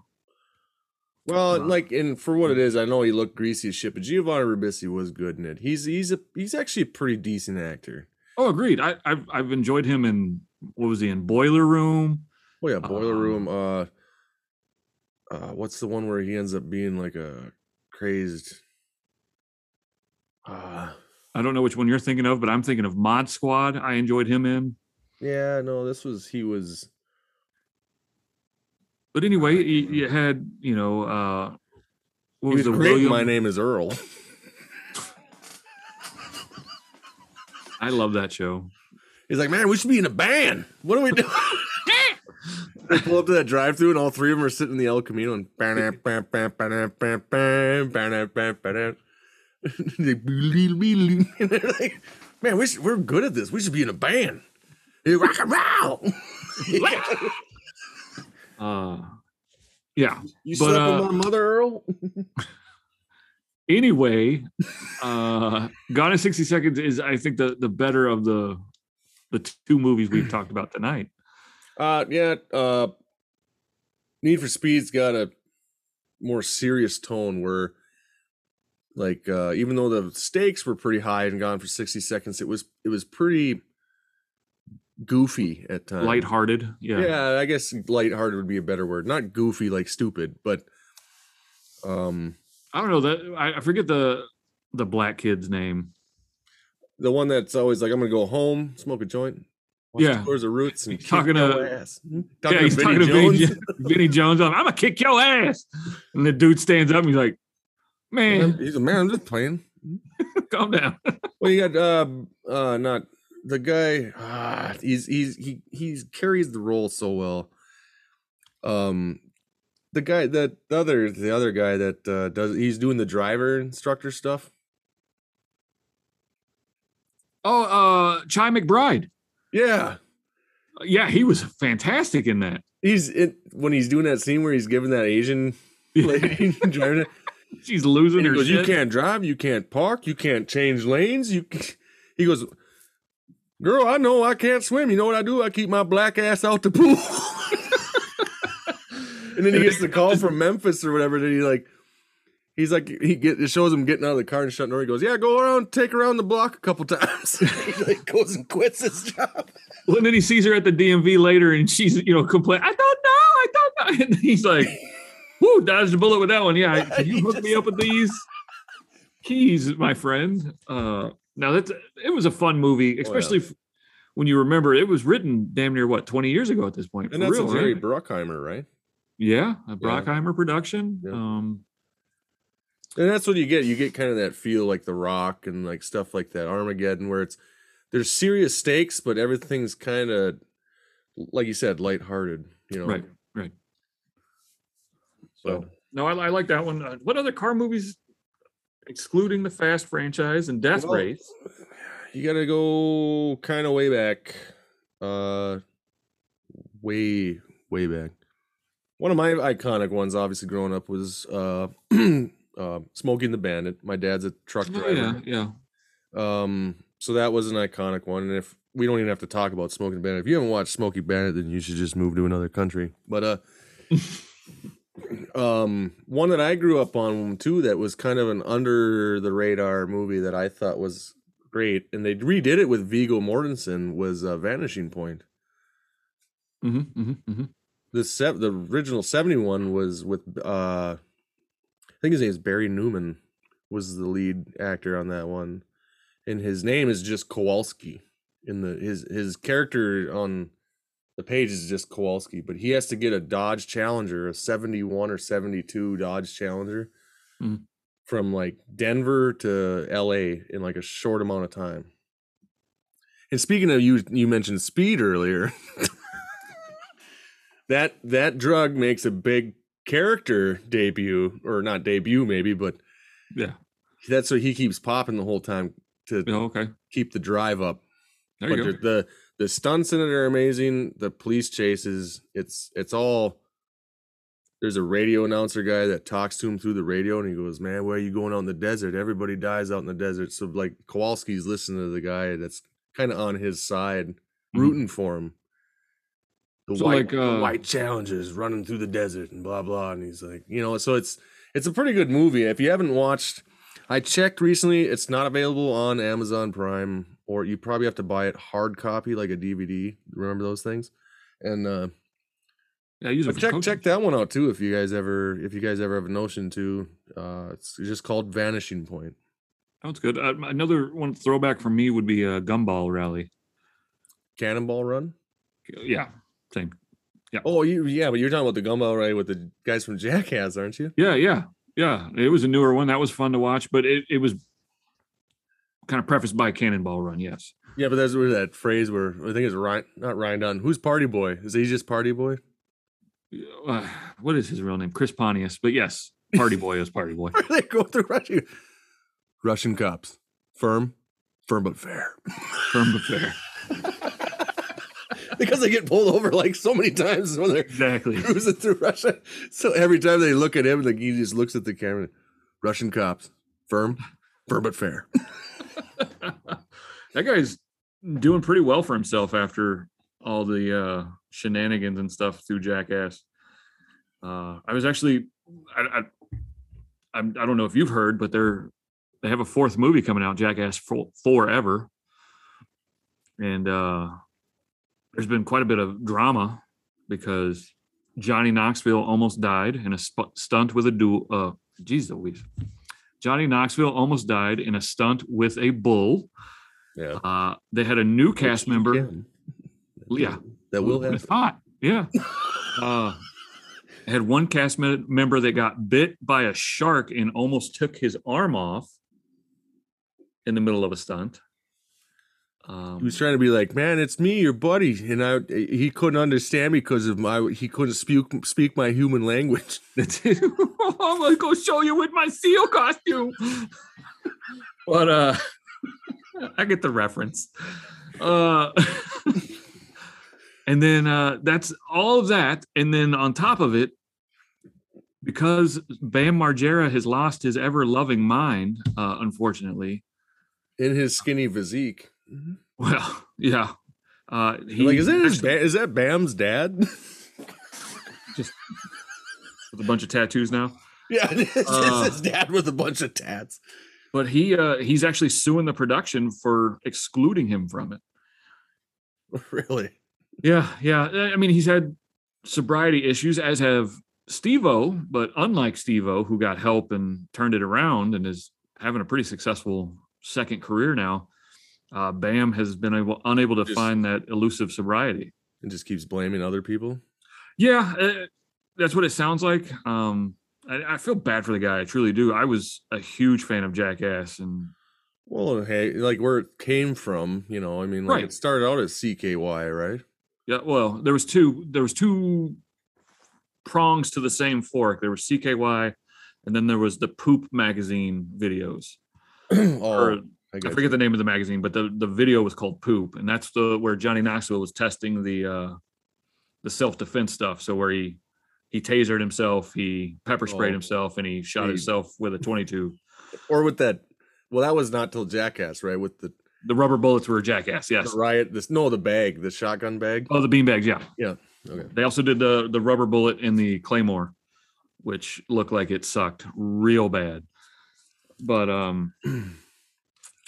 [SPEAKER 2] Well,
[SPEAKER 3] Uh,
[SPEAKER 2] and like, and for what it is, I know he looked greasy as shit, but Giovanni Ribisi was good in it. He's he's a he's actually a pretty decent actor.
[SPEAKER 3] Oh, agreed. I, I've I've enjoyed him in what was he in Boiler Room?
[SPEAKER 2] Oh yeah, Boiler
[SPEAKER 3] Um,
[SPEAKER 2] Room. Uh, uh, what's the one where he ends up being like a crazed? Uh,
[SPEAKER 3] I don't know which one you're thinking of, but I'm thinking of Mod Squad. I enjoyed him in.
[SPEAKER 2] yeah, no, this was he was
[SPEAKER 3] But anyway, you, you had you know uh, what
[SPEAKER 2] he
[SPEAKER 3] was
[SPEAKER 2] was
[SPEAKER 3] the
[SPEAKER 2] great. in
[SPEAKER 3] William?
[SPEAKER 2] My name is Earl.
[SPEAKER 3] I love that show.
[SPEAKER 2] He's like, man, we should be in a band. What are we doing? they pull up to that drive-through, and all three of them are sitting in the El Camino, and and they're like, man, we should, we're good at this. We should be in a band. Hey, Rock and roll.
[SPEAKER 3] Uh, yeah.
[SPEAKER 2] you
[SPEAKER 3] But,
[SPEAKER 2] slept
[SPEAKER 3] uh,
[SPEAKER 2] with my mother, Earl.
[SPEAKER 3] Anyway, uh, Gone in sixty seconds is I think the the better of the the two movies we've talked about tonight.
[SPEAKER 2] Uh, yeah. Uh, Need for Speed's got a more serious tone where, like, uh, even though the stakes were pretty high and gone for sixty seconds, it was it was pretty goofy at times.
[SPEAKER 3] Lighthearted. Yeah.
[SPEAKER 2] Uh, Yeah, I guess lighthearted would be a better word. Not goofy like stupid, but um,
[SPEAKER 3] I don't know that I, I forget the the black kid's name.
[SPEAKER 2] the one that's always like, I'm gonna go home, smoke a joint.
[SPEAKER 3] Yeah.
[SPEAKER 2] Towards the roots and kick
[SPEAKER 3] Talking
[SPEAKER 2] your
[SPEAKER 3] to-
[SPEAKER 2] ass. Hmm?
[SPEAKER 3] yeah, he's
[SPEAKER 2] Vinny
[SPEAKER 3] talking to
[SPEAKER 2] Jones.
[SPEAKER 3] Vinny, Jo- Vinny Jones. I'm, I'm gonna kick your ass. And the dude stands up and he's like, "Man,
[SPEAKER 2] He's a man. I'm just playing.
[SPEAKER 3] calm down."
[SPEAKER 2] Well, you got uh, uh, not the guy. Ah, he's he's he he carries the role so well. Um, the guy that the other the other guy that uh, does he's doing the driver instructor stuff.
[SPEAKER 3] Oh, uh, Chai McBride.
[SPEAKER 2] Yeah,
[SPEAKER 3] Yeah, he was fantastic in that.
[SPEAKER 2] he's it when he's doing that scene where he's giving that Asian lady driving. It,
[SPEAKER 3] She's losing
[SPEAKER 2] and he
[SPEAKER 3] her
[SPEAKER 2] goes,
[SPEAKER 3] shit.
[SPEAKER 2] "You can't drive. You can't park. You can't change lanes. You." c-" He goes, "Girl, I know I can't swim. You know what I do? I keep my black ass out the pool." and then he gets the call from Memphis or whatever. Then he like, He's like he get it shows him getting out of the car and shutting door. He goes, "Yeah, go around, take around the block a couple times." he like goes and quits his job.
[SPEAKER 3] Well, and then he sees her at the DMV later, and she's you know complaining, "I don't know, I don't know." And he's like, "Whoo, dodged a bullet with that one." Yeah, can you
[SPEAKER 2] He
[SPEAKER 3] hook me up with these keys, my friend. Uh, now that's it was a fun
[SPEAKER 2] Oh,
[SPEAKER 3] movie, especially f- when you remember it was written damn near what twenty years ago at this point.
[SPEAKER 2] And that's
[SPEAKER 3] for real,
[SPEAKER 2] a Jerry
[SPEAKER 3] right?
[SPEAKER 2] Bruckheimer, right?
[SPEAKER 3] yeah, a Brockheimer production.
[SPEAKER 2] Yeah.
[SPEAKER 3] Um,
[SPEAKER 2] And that's what you get. You get kind of that feel like The Rock and like stuff like that, Armageddon, where it's there's serious stakes, but everything's kind of like you said, lighthearted. You know,
[SPEAKER 3] right, right.
[SPEAKER 2] So
[SPEAKER 3] No, I, I like that one. Uh, what other car movies, excluding the Fast franchise and Death
[SPEAKER 2] Well,
[SPEAKER 3] Race?
[SPEAKER 2] you got to go kind of way back, uh, way way back. One of my iconic ones, obviously, growing up was uh, uh, Smoking the Bandit. My dad's a truck
[SPEAKER 3] Oh,
[SPEAKER 2] driver.
[SPEAKER 3] yeah, yeah.
[SPEAKER 2] Um, so that was an iconic one. And if we don't even have to talk about Smoking Bandit, if you haven't watched Smoky Bandit, then you should just move to another country. But uh, um, one that I grew up on too, that was kind of an under the radar movie that I thought was great, and they redid it with Vigo Mortensen was uh, Vanishing Point.
[SPEAKER 3] hmm hmm hmm
[SPEAKER 2] The sev the original seventy one was with uh, I think his name is Barry Newman was the lead actor on that one, and his name is just Kowalski. In the his his character on the page is just Kowalski, but he has to get a Dodge Challenger, a seventy one or seventy two Dodge Challenger,
[SPEAKER 3] Mhm.
[SPEAKER 2] from like Denver to L.A. in like a short amount of time. And speaking of you, you mentioned speed earlier. that that drug makes a big character debut, or not debut maybe, but
[SPEAKER 3] Yeah.
[SPEAKER 2] that's what he keeps popping the whole time to
[SPEAKER 3] Yeah, okay.
[SPEAKER 2] keep the drive up.
[SPEAKER 3] There you
[SPEAKER 2] But
[SPEAKER 3] go.
[SPEAKER 2] the the- the stunts in it are amazing. The police chases, it's it's all. There's a radio announcer guy that talks to him through the radio, and he goes, "Man, where are you going out in the desert? Everybody dies out in the desert." So like Kowalski's listening to the guy that's kind of on his side, rooting for him. The
[SPEAKER 3] Mm-hmm. So,
[SPEAKER 2] white
[SPEAKER 3] like, uh,
[SPEAKER 2] the white challenges running through the desert and blah blah, and he's like, you know, so it's it's a pretty good movie. If you haven't watched, I checked recently, it's not available on Amazon Prime, or you probably have to buy it hard copy like a DVD. Remember those things? And uh,
[SPEAKER 3] Yeah, use it
[SPEAKER 2] but
[SPEAKER 3] for
[SPEAKER 2] check
[SPEAKER 3] coaching.
[SPEAKER 2] check that one out too if you guys ever if you guys ever have a notion to. Uh, it's just called Vanishing Point.
[SPEAKER 3] Sounds good. Uh, another one throwback for me would be a gumball rally.
[SPEAKER 2] Cannonball Run.
[SPEAKER 3] Yeah, same.
[SPEAKER 2] Oh, you yeah, but you're talking about the gumball right with the guys from Jackass, aren't you?
[SPEAKER 3] Yeah, yeah, yeah. It was a newer one that was fun to watch, but it, it was kind of prefaced by Cannonball Run. Yes.
[SPEAKER 2] Yeah, but that's where that phrase where I think it's Ryan, not Ryan Dunn. Who's Party Boy? Is he just Party Boy?
[SPEAKER 3] Uh, what is his real name? Chris Pontius. But yes, Party Boy is Party Boy.
[SPEAKER 2] they go through Russian, Russian cops, firm, firm but fair,
[SPEAKER 3] Firm but fair.
[SPEAKER 2] because they get pulled over like so many times when they're
[SPEAKER 3] Exactly.
[SPEAKER 2] cruising through Russia. So every time they look at him, like he just looks at the camera. Russian cops, firm, firm but fair.
[SPEAKER 3] that guy's doing pretty well for himself after all the uh, shenanigans and stuff through Jackass. Uh, I was actually, I, I, I'm- I don't know if you've heard, but they're they have a fourth movie coming out, Jackass Fo- Forever, and uh, there's been quite a bit of drama because Johnny Knoxville almost died in a sp- stunt with a duel. Uh, geez, Louise. Johnny Knoxville almost died in a stunt with a bull.
[SPEAKER 2] Yeah,
[SPEAKER 3] Uh, they had a new cast member. Yeah,
[SPEAKER 2] that will happen.
[SPEAKER 3] It's hot. Yeah. Uh, had one cast me- member that got bit by a shark and almost took his arm off in the middle of a stunt. Um,
[SPEAKER 2] He was trying to be like, man, it's me, your buddy, and I. He couldn't understand me because of my. He couldn't speak speak my human language.
[SPEAKER 3] I'm gonna go show you with my seal costume. but uh I get the reference. Uh and then uh that's all of that, and then on top of it, because Bam Margera has lost his ever loving mind, uh, unfortunately.
[SPEAKER 2] in his skinny physique.
[SPEAKER 3] Well, yeah. Uh, he
[SPEAKER 2] like, is that his,
[SPEAKER 3] actually
[SPEAKER 2] ba- is that Bam's dad?
[SPEAKER 3] with a bunch of tattoos now.
[SPEAKER 2] Yeah, it's just
[SPEAKER 3] Uh,
[SPEAKER 2] his dad with a bunch of tats.
[SPEAKER 3] But he uh, he's actually suing the production for excluding him from it.
[SPEAKER 2] Really?
[SPEAKER 3] Yeah, yeah. I- I mean, he's had sobriety issues, as have Stevo, but unlike Stevo, who got help and turned it around and is having a pretty successful second career now, uh, Bam has been able, unable to
[SPEAKER 2] Just-
[SPEAKER 3] find that elusive sobriety.
[SPEAKER 2] And just keeps blaming other people.
[SPEAKER 3] Yeah, uh, that's what it sounds like. Um, I, I feel bad for the guy. I truly do. I was a huge fan of Jackass, and
[SPEAKER 2] Well, hey, like where it came from, you know. I mean, like
[SPEAKER 3] Right.
[SPEAKER 2] it started out as CKY, right?
[SPEAKER 3] yeah, well, there was two. There was two prongs to the same fork. There was CKY, and then there was the Poop magazine videos.
[SPEAKER 2] oh,
[SPEAKER 3] or
[SPEAKER 2] I
[SPEAKER 3] I
[SPEAKER 2] got
[SPEAKER 3] forget the name of the magazine, but the, the video was called Poop, and that's the where Johnny Knoxville was testing the uh, the self defense stuff. So where he he tasered himself, he pepper sprayed
[SPEAKER 2] Oh.
[SPEAKER 3] himself, and he shot
[SPEAKER 2] He-
[SPEAKER 3] himself with a twenty two.
[SPEAKER 2] you. or with that. Well, that was not till Jackass, right? With the,
[SPEAKER 3] The rubber bullets were a jackass. Yes.
[SPEAKER 2] the riot, this no, the bag, the shotgun bag.
[SPEAKER 3] Oh, the beanbags. Yeah.
[SPEAKER 2] Yeah, okay.
[SPEAKER 3] They also did the the rubber bullet in the claymore, which looked like it sucked real bad. But um,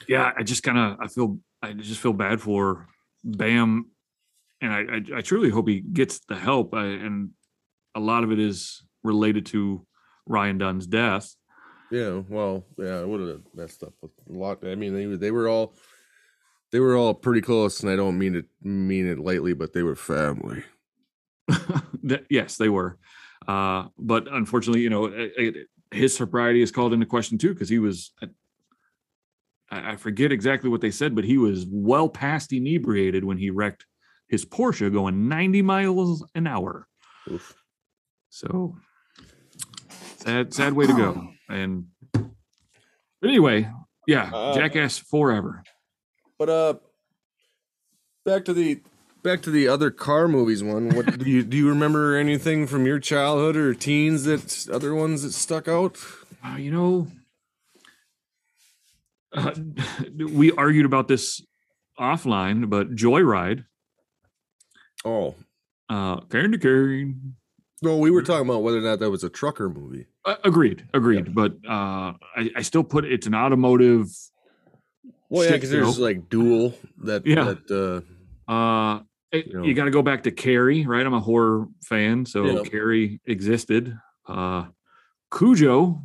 [SPEAKER 3] yeah, I just kind of I feel I just feel bad for Bam, and I I, I truly hope he gets the help. I, and a lot of it is related to Ryan Dunn's death.
[SPEAKER 2] Yeah, well, yeah, I would have messed up with a lot. I mean, they were- they were all they were all pretty close, and I don't mean it mean it lightly, but they were family.
[SPEAKER 3] That- yes, they were. Uh, but unfortunately, you know, it, it- his sobriety is called into question too because he was. I, I forget exactly what they said, but he was well past inebriated when he wrecked his Porsche going 90 miles an hour.
[SPEAKER 2] Oof.
[SPEAKER 3] So sad, sad way to go. And but anyway, yeah,
[SPEAKER 2] Uh,
[SPEAKER 3] jackass forever.
[SPEAKER 2] But uh, back to the back to the other car movies one. What do you do? You remember anything from your childhood or teens that other ones that stuck out?
[SPEAKER 3] Uh, you know, uh, we argued about this offline, but Joyride,
[SPEAKER 2] Oh,
[SPEAKER 3] uh, Karen to Karen.
[SPEAKER 2] no, we were talking about whether or not that was a trucker movie.
[SPEAKER 3] Uh, agreed, agreed. But uh, I, I still put it's an automotive.
[SPEAKER 2] Well, yeah,
[SPEAKER 3] Shit,
[SPEAKER 2] because
[SPEAKER 3] you
[SPEAKER 2] there's
[SPEAKER 3] know.
[SPEAKER 2] like dual that
[SPEAKER 3] Yeah.
[SPEAKER 2] that uh,
[SPEAKER 3] Uh, it-
[SPEAKER 2] You know.
[SPEAKER 3] You got to go back to Carrie, right? I'm a horror fan, so
[SPEAKER 2] Yeah.
[SPEAKER 3] Carrie existed. Uh, Cujo,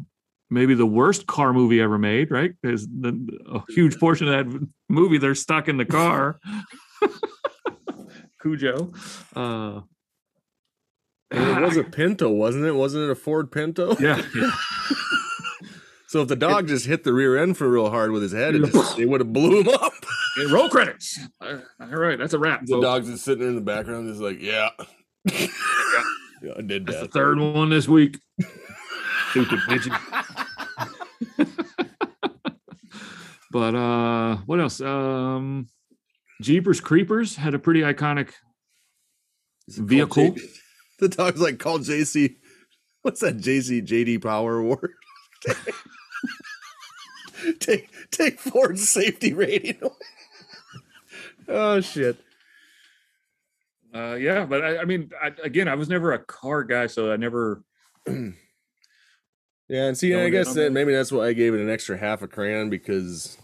[SPEAKER 3] maybe the worst car movie ever made, right? Because the- a huge portion of that movie, they're stuck in the car. Cujo. Uh,
[SPEAKER 2] and it was a Pinto, wasn't it? Wasn't it a Ford Pinto?
[SPEAKER 3] yeah.
[SPEAKER 2] So if the dog just hit the rear end for real hard with his head, it just, they would have blew him up.
[SPEAKER 3] And roll credits. Uh, all right, that's a wrap.
[SPEAKER 2] The
[SPEAKER 3] folks.
[SPEAKER 2] dog's just sitting there in the background, just like, yeah, yeah, I did
[SPEAKER 3] That's the
[SPEAKER 2] that.
[SPEAKER 3] third one this week. Stupid bitches. but uh what else? Um Jeepers Creepers had a pretty iconic
[SPEAKER 2] Is it called
[SPEAKER 3] Vehicle.
[SPEAKER 2] J- The dog's like, call JC. What's that JC JD Power Award? take take Ford's safety rating. away. oh shit!
[SPEAKER 3] uh yeah, but I, I mean I, again I was never a car guy, so I never
[SPEAKER 2] Yeah, and see,
[SPEAKER 3] Don't
[SPEAKER 2] I
[SPEAKER 3] get
[SPEAKER 2] guess
[SPEAKER 3] on
[SPEAKER 2] that
[SPEAKER 3] that.
[SPEAKER 2] maybe that's why I gave it an extra half a crayon because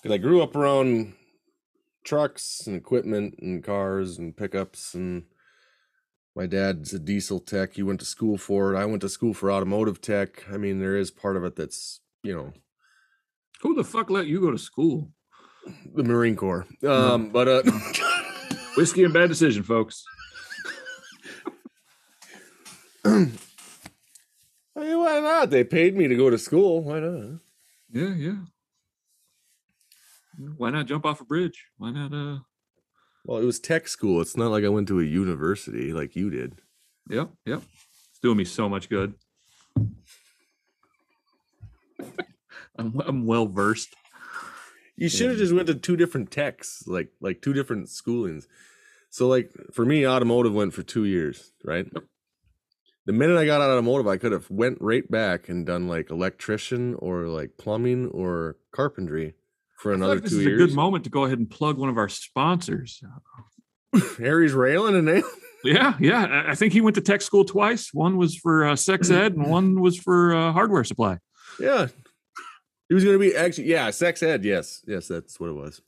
[SPEAKER 2] because I grew up around trucks and equipment and cars and pickups and my dad's a diesel tech. He went to school for it. I went to school for automotive tech. I mean, there is part of it that's you know
[SPEAKER 3] who the fuck let you go to school?
[SPEAKER 2] the Marine Corps. Um, but uh,
[SPEAKER 3] Whiskey and bad decision, folks.
[SPEAKER 2] I mean, why not? They paid me to go to school. Why not?
[SPEAKER 3] Yeah, yeah. Why not jump off a bridge? Why not uh
[SPEAKER 2] Well, it was tech school. It's not like I went to a university like you did.
[SPEAKER 3] Yep, yep. It's doing me so much good. I'm, I'm well versed.
[SPEAKER 2] You should have
[SPEAKER 3] Yeah.
[SPEAKER 2] just went to two different techs, like like two different schoolings. So like for me, automotive went for two years, right? The minute I got out of automotive, I could have went right back and done like electrician or like plumbing or carpentry for another
[SPEAKER 3] this
[SPEAKER 2] two
[SPEAKER 3] is
[SPEAKER 2] years.
[SPEAKER 3] a good moment to go ahead and plug one of our sponsors.
[SPEAKER 2] Harry's railing and they
[SPEAKER 3] Yeah, yeah. I- I think he went to tech school twice. One was for uh, sex ed, and one was for uh, hardware supply.
[SPEAKER 2] Yeah. He was going to be actually, yeah, sex ed. Yes. Yes, that's what it was.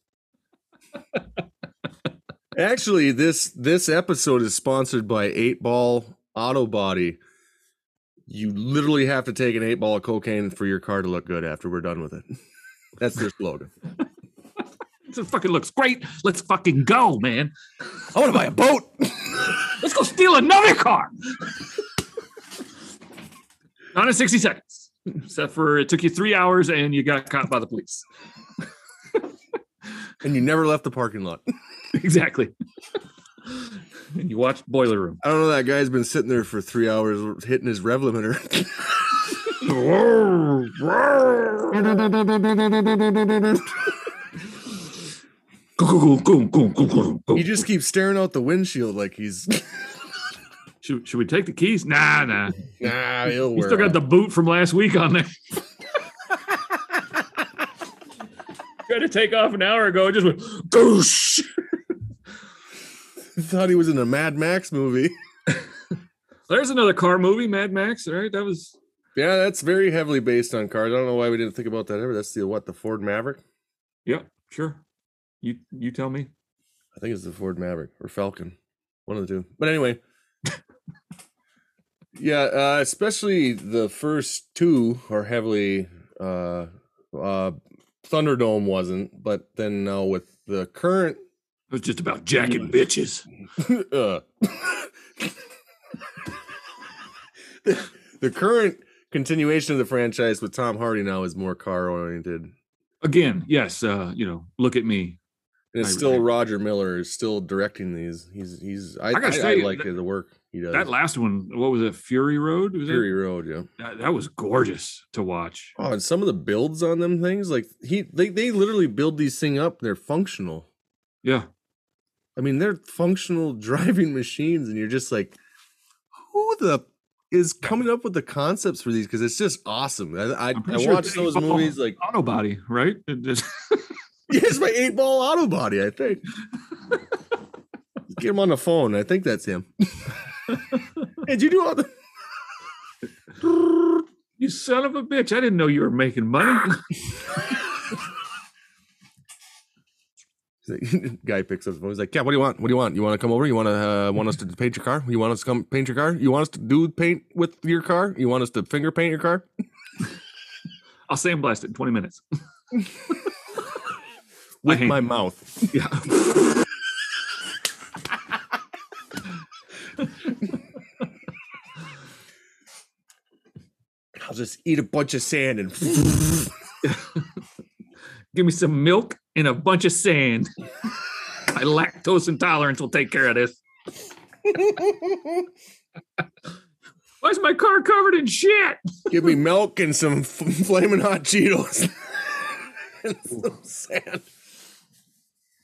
[SPEAKER 2] actually, this this episode is sponsored by 8 Ball Auto Body. You literally have to take an 8 ball of cocaine for your car to look good after we're done with it. That's their slogan.
[SPEAKER 3] It fucking looks great. Let's fucking go, man.
[SPEAKER 2] I want to buy a boat.
[SPEAKER 3] Let's go steal another car. Not in 60 seconds. Except for it took you three hours and you got caught by the police.
[SPEAKER 2] and you never left the parking lot.
[SPEAKER 3] Exactly. and you watched Boiler Room.
[SPEAKER 2] I don't know. That guy's been sitting there for three hours hitting his rev limiter. he just keeps staring out the windshield like he's.
[SPEAKER 3] Should, should we take the keys? Nah, nah.
[SPEAKER 2] Nah, he'll
[SPEAKER 3] You still got the boot from last week on there. Tried to take off an hour ago. It just went goosh.
[SPEAKER 2] Thought he was in a Mad Max movie.
[SPEAKER 3] There's another car movie, Mad Max. All right, that was
[SPEAKER 2] Yeah, that's very heavily based on cars. I don't know why we didn't think about that ever. That's the what the Ford Maverick.
[SPEAKER 3] yep, sure. You you tell me.
[SPEAKER 2] I think it's the Ford Maverick or Falcon, one of the two. But anyway, yeah, uh, especially the first two are heavily. Uh, uh, Thunderdome wasn't, but then now with the current
[SPEAKER 3] It was just about jacking bitches.
[SPEAKER 2] uh, the, the current continuation of the franchise with Tom Hardy now is more car oriented, and
[SPEAKER 3] Again, yes. Uh, you know, look at me.
[SPEAKER 2] it's
[SPEAKER 3] I-
[SPEAKER 2] still
[SPEAKER 3] I-
[SPEAKER 2] Roger Miller is still directing these. He's he's I,
[SPEAKER 3] I
[SPEAKER 2] I,
[SPEAKER 3] gotta
[SPEAKER 2] I,
[SPEAKER 3] say,
[SPEAKER 2] like
[SPEAKER 3] that-
[SPEAKER 2] the work he does.
[SPEAKER 3] That last one, what was it? Fury Road. Was
[SPEAKER 2] Fury
[SPEAKER 3] It?
[SPEAKER 2] Road, yeah.
[SPEAKER 3] That, that was gorgeous to watch.
[SPEAKER 2] Oh, and some of the builds on them things like he they they literally build these thing up. They're functional.
[SPEAKER 3] Yeah,
[SPEAKER 2] I mean, they're functional driving machines, and you're just like, who the is coming up with the concepts for these? Because it's just awesome. I I,
[SPEAKER 3] I'm
[SPEAKER 2] I
[SPEAKER 3] pretty sure
[SPEAKER 2] watch
[SPEAKER 3] it's
[SPEAKER 2] those
[SPEAKER 3] eight ball.
[SPEAKER 2] movies like
[SPEAKER 3] auto body, right? It just-
[SPEAKER 2] yes, my eight ball auto body. I think. Get him on the phone. I think that's him. Did you do all the?
[SPEAKER 3] you son of a bitch! I didn't know you were making money.
[SPEAKER 2] He's like- Guy picks up the phone. He's like, "Yeah, what do you want? What do you want? You want to come over? You want to uh, want us to paint your car? You want us to come paint your car? You want us to do paint with your car? You want us to finger paint your car?
[SPEAKER 3] I'll sandblast it in 20 minutes.
[SPEAKER 2] with
[SPEAKER 3] hand.
[SPEAKER 2] my mouth.
[SPEAKER 3] Yeah.
[SPEAKER 2] I'll just eat a bunch of sand and
[SPEAKER 3] Give me some milk and a bunch of sand. My lactose intolerance will take care of this. Why is my car covered in shit?
[SPEAKER 2] give me milk and some f- flaming hot Cheetos and some sand.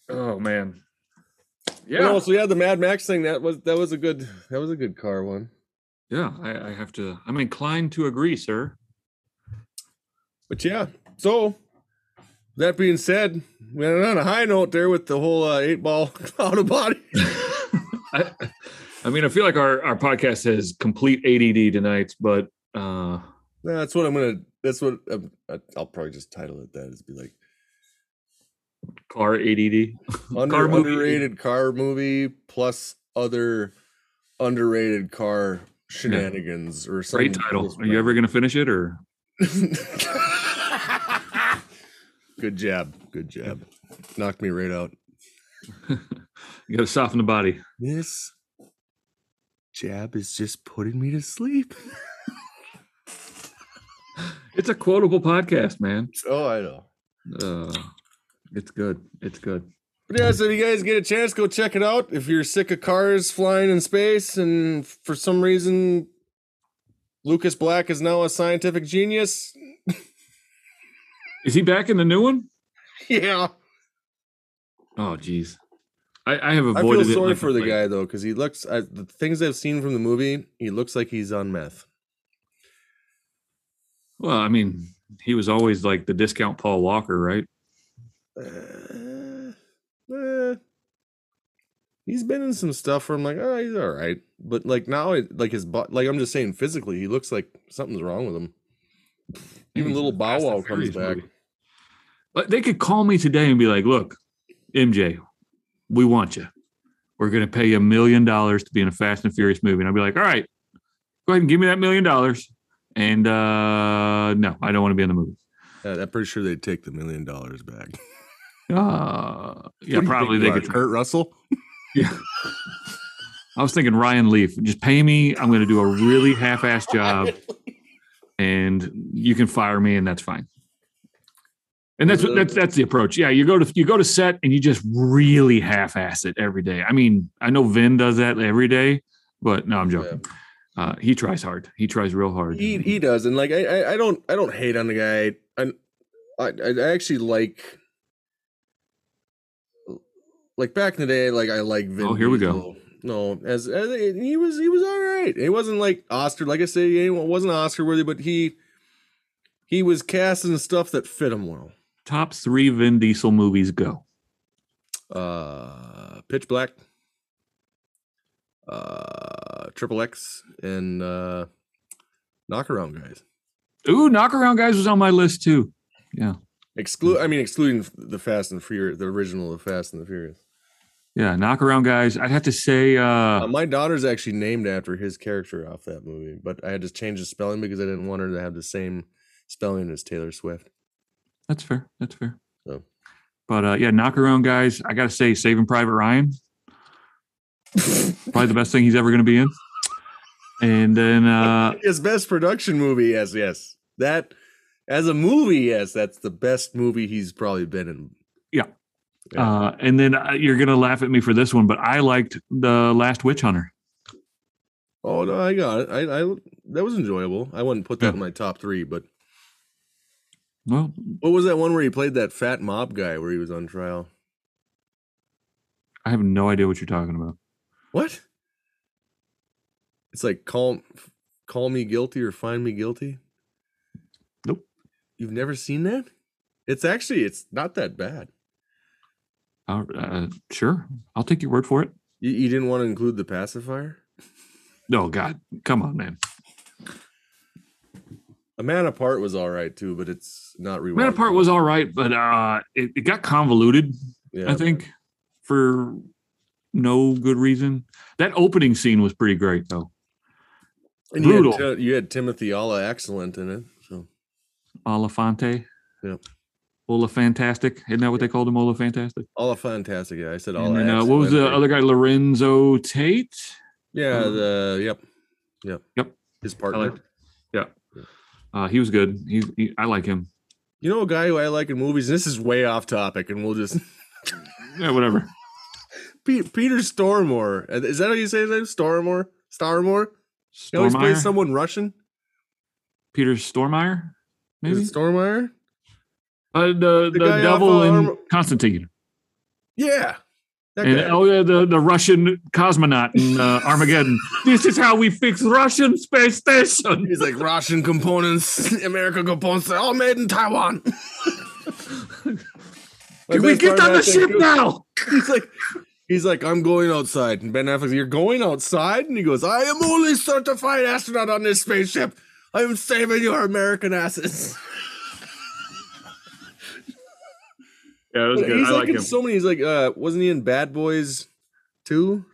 [SPEAKER 3] Oh man.
[SPEAKER 2] Yeah.
[SPEAKER 3] Yeah.
[SPEAKER 2] And also, yeah, the Mad Max thing that was that was a good that was a good car one.
[SPEAKER 3] yeah, I, I have to I'm inclined to agree, sir.
[SPEAKER 2] But yeah, so that being said, we ended on a high note there with the whole uh, eight ball auto body.
[SPEAKER 3] I, I mean, I feel like our, our podcast has complete ADD tonight, but uh
[SPEAKER 2] Nah, That's what I'm gonna. That's what um, I- I'll probably just title it. That is be like
[SPEAKER 3] car ADD.
[SPEAKER 2] under,
[SPEAKER 3] Car movie.
[SPEAKER 2] underrated car movie plus other underrated car shenanigans or something.
[SPEAKER 3] Great title. Are you ever gonna finish it or
[SPEAKER 2] Good job. Good job. Knocked me right out.
[SPEAKER 3] you gotta soften the body?
[SPEAKER 2] This jab is just putting me to sleep.
[SPEAKER 3] It's a quotable podcast, man.
[SPEAKER 2] Oh, I know.
[SPEAKER 3] Uh, it's good. It's good.
[SPEAKER 2] But yeah, so if you guys get a chance, go check it out. If you're sick of cars flying in space and for some reason Lucas Black is now a scientific genius,
[SPEAKER 3] Is he back in the new one?
[SPEAKER 2] yeah.
[SPEAKER 3] Oh, geez. I, I have
[SPEAKER 2] I feel
[SPEAKER 3] avoided.
[SPEAKER 2] sorry
[SPEAKER 3] it like
[SPEAKER 2] for the
[SPEAKER 3] plague.
[SPEAKER 2] guy though, because he looks. I, the things I've seen from the movie, he looks like he's on meth.
[SPEAKER 3] Well, I mean, he was always like the discount Paul Walker, right?
[SPEAKER 2] Uh, uh, eh. he's been in some stuff where I'm like, oh, he's all right, but like now, it, like his butt, like I'm just saying, physically, he looks like something's wrong with him.
[SPEAKER 3] Hmm.
[SPEAKER 2] Even little Bow
[SPEAKER 3] Fast and
[SPEAKER 2] Wow comes
[SPEAKER 3] Furious
[SPEAKER 2] back.
[SPEAKER 3] movie. But they could call me today and be like, "Look, MJ, we want you. We're going to pay you a million dollars to be in a Fast and Furious movie." And I'd be like, "All right, go ahead and give me that million dollars." And uh, no, I don't want to be in the movie.
[SPEAKER 2] Yeah, I'm pretty sure they'd take the million dollars back.
[SPEAKER 3] Uh, yeah,
[SPEAKER 2] What do you
[SPEAKER 3] probably
[SPEAKER 2] think you
[SPEAKER 3] they
[SPEAKER 2] are,
[SPEAKER 3] could.
[SPEAKER 2] Kurt Russell.
[SPEAKER 3] I was thinking Ryan Leaf, just pay me. I'm going to do a really half-ass job, and you can fire me, and that's fine. And that's
[SPEAKER 2] Love
[SPEAKER 3] that's
[SPEAKER 2] it.
[SPEAKER 3] that's the approach. Yeah, you go to you go to set, and you just really half-ass it every day. I mean, I know Vin does that every day, but no, I'm joking. Uh, he tries hard. He tries real hard.
[SPEAKER 2] he he does, and like I I, I don't I don't hate on the guy. I I, I actually like like back in the day, like I like Vin.
[SPEAKER 3] Oh, here we go.
[SPEAKER 2] Diesel. No, as, as he was he was all right. He wasn't like Oscar. Like I say, he wasn't Oscar worthy, but he he was casting stuff that fit him well.
[SPEAKER 3] Top three Vin Diesel movies go.
[SPEAKER 2] Uh, Pitch Black, uh, Triple X, and uh, Knockaround guys.
[SPEAKER 3] Ooh, Knockaround Guys was on my list too.
[SPEAKER 2] Exclude, I mean, excluding f- the Fast and Furious, the original of Fast and the Furious.
[SPEAKER 3] Yeah, Knockaround Guys. I'd have to say, uh,
[SPEAKER 2] Uh, my daughter's actually named after his character off that movie, but I had to change the spelling because I didn't want her to have the same spelling as Taylor Swift.
[SPEAKER 3] That's fair. That's fair.
[SPEAKER 2] So.
[SPEAKER 3] But uh, yeah, knock around guys. I gotta say, Saving Private Ryan, probably the best thing he's ever gonna be in. And then uh,
[SPEAKER 2] his best production movie, yes, yes, that as a movie, yes, that's the best movie he's probably been in. Yeah.
[SPEAKER 3] uh, and then uh, you're gonna laugh at me for this one, but I liked the Last Witch Hunter.
[SPEAKER 2] Oh no, I got it. I, I that was enjoyable. I wouldn't put that
[SPEAKER 3] Yeah.
[SPEAKER 2] in my top three, but
[SPEAKER 3] Well,
[SPEAKER 2] what was that one where he played that fat mob guy where he was on trial?
[SPEAKER 3] I have no idea what you're talking about.
[SPEAKER 2] What? It's like call call me guilty or find me guilty.
[SPEAKER 3] Nope.
[SPEAKER 2] You've never seen that? It's actually it's not that bad.
[SPEAKER 3] I'll- uh, sure, I'll take your word for it.
[SPEAKER 2] You, you didn't want to include the pacifier?
[SPEAKER 3] No, Oh, God, come on, man.
[SPEAKER 2] A man apart was all right too, but it's not rewatchable.
[SPEAKER 3] Man apart was all right, but uh, it, it got convoluted.
[SPEAKER 2] yeah.
[SPEAKER 3] I think for no good reason. That opening scene was pretty great though.
[SPEAKER 2] And you had
[SPEAKER 3] brutal.
[SPEAKER 2] Ti- You had, Timothy Alla excellent in it. So
[SPEAKER 3] Olafante.
[SPEAKER 2] Yep.
[SPEAKER 3] Olafantastic. Isn't that what they called him? Olafantastic.
[SPEAKER 2] Alla fantastic. Yeah, I said Alla.
[SPEAKER 3] And then, uh, what was the
[SPEAKER 2] excellent.
[SPEAKER 3] other guy? Lorenzo Tate.
[SPEAKER 2] Yeah, the yep, yep,
[SPEAKER 3] Hmm. Yep.
[SPEAKER 2] His partner.
[SPEAKER 3] liked- Uh, he was good. He's he, I like him.
[SPEAKER 2] you know a guy who I like in movies. This is way off topic, and we'll just
[SPEAKER 3] Yeah, whatever.
[SPEAKER 2] Pe- Peter Stormore. Is that how you say his name? Stormore? Starmore? He always
[SPEAKER 3] Stormeyer.
[SPEAKER 2] plays someone Russian.
[SPEAKER 3] Peter Stormeyer.
[SPEAKER 2] Is
[SPEAKER 3] Maybe
[SPEAKER 2] it Stormire?
[SPEAKER 3] uh, the, the,
[SPEAKER 2] The guy
[SPEAKER 3] devil
[SPEAKER 2] off,
[SPEAKER 3] in
[SPEAKER 2] uh, Arm-
[SPEAKER 3] Constantine.
[SPEAKER 2] Yeah. That
[SPEAKER 3] And
[SPEAKER 2] guy.
[SPEAKER 3] oh yeah, the, the Russian cosmonaut in uh, Armageddon. this is how we fix Russian space station.
[SPEAKER 2] He's like Russian components, American components, they're all made in Taiwan.
[SPEAKER 3] Can we get on the ship now?
[SPEAKER 2] He's like, he's like, I'm going outside. And Ben Affleck's, you're going outside? And he goes, I am only certified astronaut on this spaceship. I am saving your American asses.
[SPEAKER 3] Yeah, it was good.
[SPEAKER 2] he's
[SPEAKER 3] I
[SPEAKER 2] like,
[SPEAKER 3] like
[SPEAKER 2] in
[SPEAKER 3] him.
[SPEAKER 2] so many. He's like, uh, wasn't he in Bad Boys 2?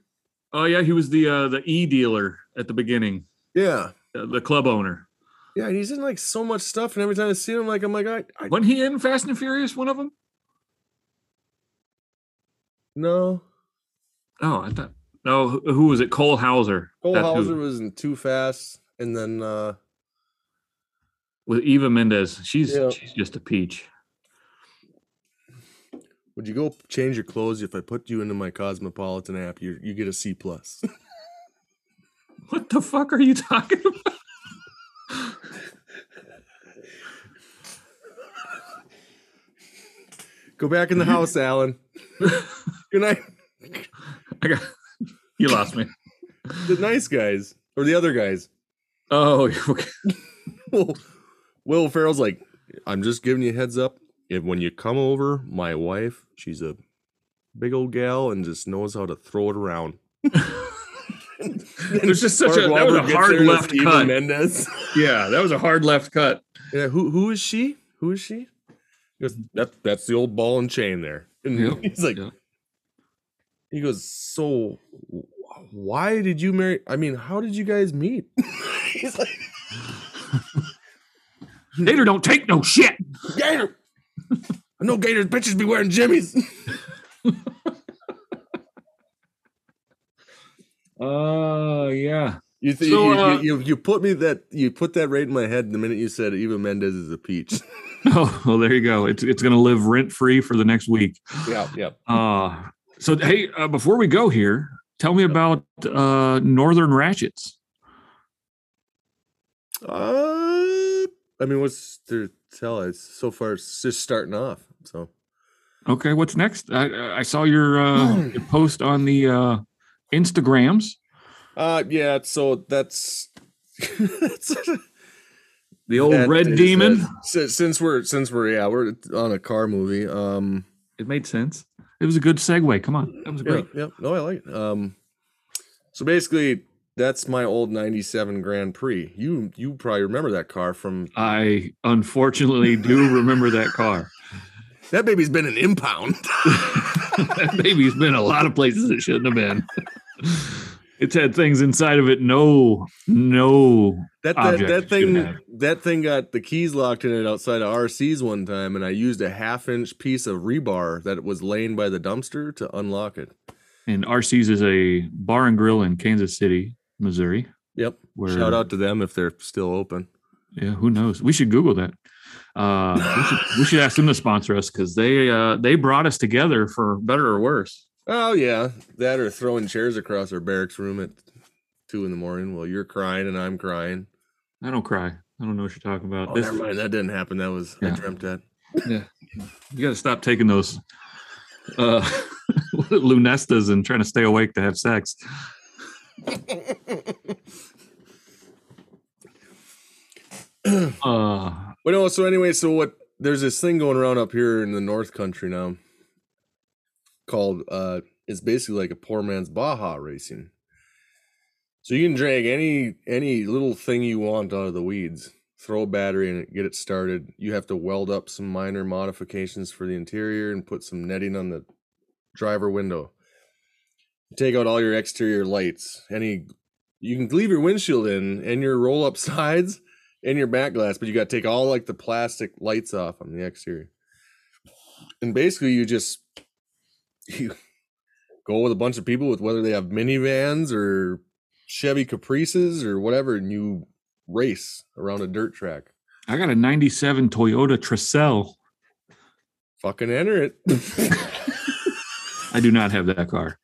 [SPEAKER 3] Oh yeah, he was the uh, the e dealer at the beginning,
[SPEAKER 2] Yeah.
[SPEAKER 3] uh, the club owner.
[SPEAKER 2] Yeah, he's in like so much stuff, and every time I see him, like I'm like, I, I
[SPEAKER 3] Wasn't he in Fast and Furious? One of them?
[SPEAKER 2] no.
[SPEAKER 3] Oh, I thought. No, who who was it? Cole Hauser.
[SPEAKER 2] Cole
[SPEAKER 3] That's who-
[SPEAKER 2] Hauser was in Too Fast, and then uh
[SPEAKER 3] with Eva Mendes. She's
[SPEAKER 2] Yeah.
[SPEAKER 3] she's just a peach.
[SPEAKER 2] would you go change your clothes if I put you into my Cosmopolitan app? You you get a C plus.
[SPEAKER 3] What the fuck are you talking about?
[SPEAKER 2] go back in the house, Alan. Good night,
[SPEAKER 3] I got you lost me.
[SPEAKER 2] the nice guys or the other guys.
[SPEAKER 3] Oh, okay.
[SPEAKER 2] Will, Will Ferrell's like, I'm just giving you a heads up. If when you come over, my wife, she's a big old gal, and just knows how to throw it around. it was just
[SPEAKER 3] such a- that was a hard left cut.
[SPEAKER 2] Mendez.
[SPEAKER 3] Yeah, that was a hard left cut.
[SPEAKER 2] Yeah, who who is she? Who is she? He goes, that that's the old ball and chain there. And
[SPEAKER 3] Yep,
[SPEAKER 2] he's like,
[SPEAKER 3] yep.
[SPEAKER 2] he goes, so wh- why did you marry? I mean, how did you guys meet? he's like,
[SPEAKER 3] Gator don't take no shit.
[SPEAKER 2] Gator. I know Gators bitches be wearing jimmies.
[SPEAKER 3] Uh, yeah.
[SPEAKER 2] You, th-
[SPEAKER 3] So,
[SPEAKER 2] you,
[SPEAKER 3] uh,
[SPEAKER 2] you, you you put me that you put that right in my head the minute you said Eva Mendez is a peach.
[SPEAKER 3] Oh, well, there you go. It's it's gonna live rent free for the next week.
[SPEAKER 2] yeah, yeah.
[SPEAKER 3] Uh, so hey, uh, before we go here, tell me about uh Northern Ratchets.
[SPEAKER 2] Uh, I mean, what's there to tell? It's so far it's just starting off. So
[SPEAKER 3] Okay, what's next? I I saw your uh your post on the uh Instagrams.
[SPEAKER 2] Uh yeah, so that's the
[SPEAKER 3] The old Oh, Red Demon.
[SPEAKER 2] Since we're since we're yeah, we're on a car movie. Um
[SPEAKER 3] It made sense. It was a good segue. Come on, that was
[SPEAKER 2] yeah,
[SPEAKER 3] great.
[SPEAKER 2] yeah, no, I like it. Um so basically that's my old 97 Grand Prix. You you probably remember that car from
[SPEAKER 3] I unfortunately do remember that car.
[SPEAKER 2] That baby's been an impound.
[SPEAKER 3] that baby's been a lot of places it shouldn't have been. it's had things inside of it. No, no.
[SPEAKER 2] That that,
[SPEAKER 3] Object
[SPEAKER 2] that
[SPEAKER 3] that you
[SPEAKER 2] thing
[SPEAKER 3] have.
[SPEAKER 2] that thing got the keys locked in it outside of RC's one time and I used a half inch piece of rebar that was laying by the dumpster to unlock it.
[SPEAKER 3] And RC's is a bar and grill in Kansas City, Missouri.
[SPEAKER 2] Yep.
[SPEAKER 3] Where,
[SPEAKER 2] Shout out to them if they're still open.
[SPEAKER 3] Yeah, who knows? We should Google that. Uh, we, should, we should ask them to sponsor us because they uh, they brought us together for better or worse.
[SPEAKER 2] Oh yeah, that or throwing chairs across our barracks room at two in the morning while you're crying and I'm crying.
[SPEAKER 3] I don't cry. I don't know what you're talking about.
[SPEAKER 2] Oh,
[SPEAKER 3] This-
[SPEAKER 2] never mind, that didn't happen. That was I
[SPEAKER 3] Yeah.
[SPEAKER 2] dreamt that.
[SPEAKER 3] You got to stop taking those uh, lunestas and trying to stay awake to have sex. uh,
[SPEAKER 2] But no, so anyway, so what? There's this thing going around up here in the North Country now called uh, it's basically like a poor man's Baja racing. So you can drag any any little thing you want out of the weeds, throw a battery in it, get it started. You have to weld up some minor modifications for the interior and put some netting on the driver window. Take out all your exterior lights. Any you can leave your windshield in and your roll up sides in your back glass, but you got to take all like the plastic lights off on the exterior. And basically, you just you go with a bunch of people with whether they have minivans or Chevy Caprices or whatever, and you race around a dirt track.
[SPEAKER 3] I got a 97 Toyota Tercel.
[SPEAKER 2] Fucking enter it.
[SPEAKER 3] I do not have that car.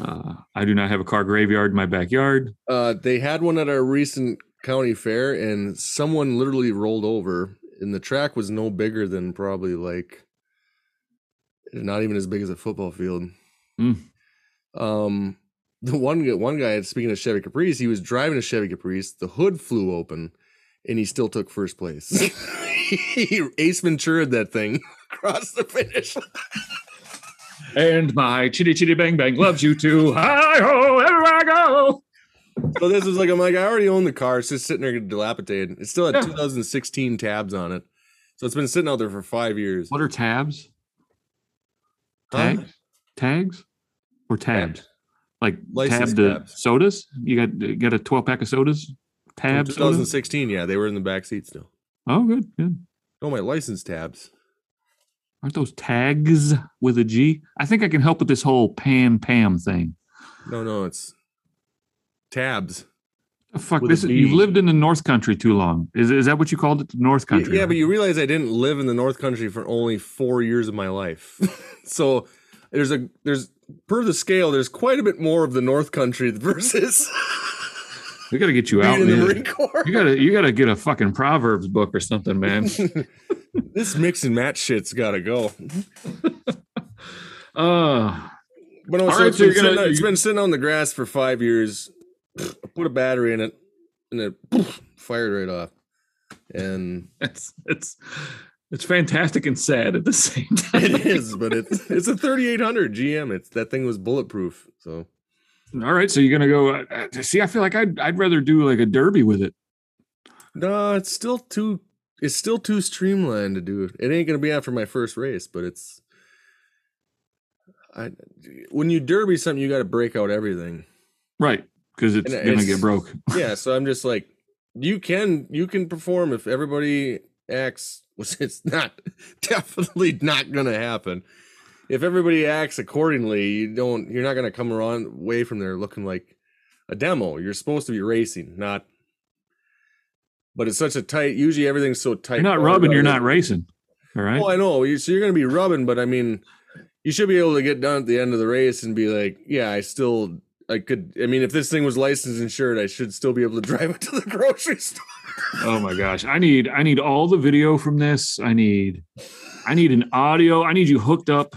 [SPEAKER 3] Uh, I do not have a car graveyard in my backyard.
[SPEAKER 2] uh, they had one at our recent county fair, and someone literally rolled over, and the track was no bigger than probably like not even as big as a football field.
[SPEAKER 3] Mm.
[SPEAKER 2] Um, the one guy- one guy, speaking of Chevy Caprice, he was driving a Chevy Caprice. The hood flew open, and he still took first place. he Ace ventura that thing across the finish. line.
[SPEAKER 3] And my chitty chitty bang bang loves you too. Hi ho, everywhere I go.
[SPEAKER 2] so this was like I'm like I already own the car. It's just sitting there dilapidated. It still had
[SPEAKER 3] Yeah.
[SPEAKER 2] 2016 tabs on it, so it's been sitting out there for five years.
[SPEAKER 3] What are tabs?
[SPEAKER 2] Huh?
[SPEAKER 3] Tags? Tags? Or tabs? Like
[SPEAKER 2] License
[SPEAKER 3] tab to
[SPEAKER 2] tabs.
[SPEAKER 3] sodas? You got you got a twelve pack of sodas?
[SPEAKER 2] From
[SPEAKER 3] Tabs?
[SPEAKER 2] 2016. Yeah, they were in the back seat still.
[SPEAKER 3] Oh, good, good.
[SPEAKER 2] Oh, my license tabs.
[SPEAKER 3] Aren't those tags with a G? I think I can help with this whole pan pam thing.
[SPEAKER 2] No, no, it's tabs.
[SPEAKER 3] The Oh, Fuck
[SPEAKER 2] With a
[SPEAKER 3] this! Is, you've
[SPEAKER 2] B.
[SPEAKER 3] lived in the North Country too long. Is, is that what you called it? The North
[SPEAKER 2] Y-
[SPEAKER 3] Country?
[SPEAKER 2] Yeah, but you realize I didn't live in the North Country for only four years of my life. so there's a there's per the scale, there's quite a bit more of the North Country versus
[SPEAKER 3] we got to get you out,
[SPEAKER 2] being in the
[SPEAKER 3] man.
[SPEAKER 2] Marine Corps.
[SPEAKER 3] You gotta you gotta get a fucking proverbs book or something, man.
[SPEAKER 2] this mix and match shit's gotta go.
[SPEAKER 3] Uh
[SPEAKER 2] But also,
[SPEAKER 3] All right,
[SPEAKER 2] it's,
[SPEAKER 3] so
[SPEAKER 2] been
[SPEAKER 3] you're gonna-
[SPEAKER 2] sitting, it's
[SPEAKER 3] you-
[SPEAKER 2] been sitting on the grass for five years. I put a battery in it, and it fired right off. And
[SPEAKER 3] it's it's It's fantastic and sad at the same time.
[SPEAKER 2] It is, but it's it's a 3800 GM. It's that thing was bulletproof. So
[SPEAKER 3] All right, so you're gonna go. Uh, uh, see, I feel like I'd I'd rather do like a derby with it.
[SPEAKER 2] no, it's still too it's still too streamlined to do. It ain't gonna be after my first race, but it's. I when you derby something, you got to break out everything.
[SPEAKER 3] Right, because it's
[SPEAKER 2] And
[SPEAKER 3] gonna
[SPEAKER 2] it's-
[SPEAKER 3] get broke.
[SPEAKER 2] yeah so i'm just like you can you can perform if everybody acts which it's not definitely not gonna happen if everybody acts accordingly you don't you're not gonna come around away from there looking like a demo you're supposed to be racing not but it's such a tight usually everything's so tight
[SPEAKER 3] You're not
[SPEAKER 2] wound
[SPEAKER 3] rubbing. You're
[SPEAKER 2] up.
[SPEAKER 3] not racing. All right.
[SPEAKER 2] Well, I know. You- So you're going to be rubbing, but I mean, you should be able to get done at the end of the race and be like, yeah, I still, I could. I mean, if this thing was licensed and insured, I should still be able to drive it to the grocery store.
[SPEAKER 3] Oh my gosh. I need I need all the video from this. I need I need an audio. I need you hooked up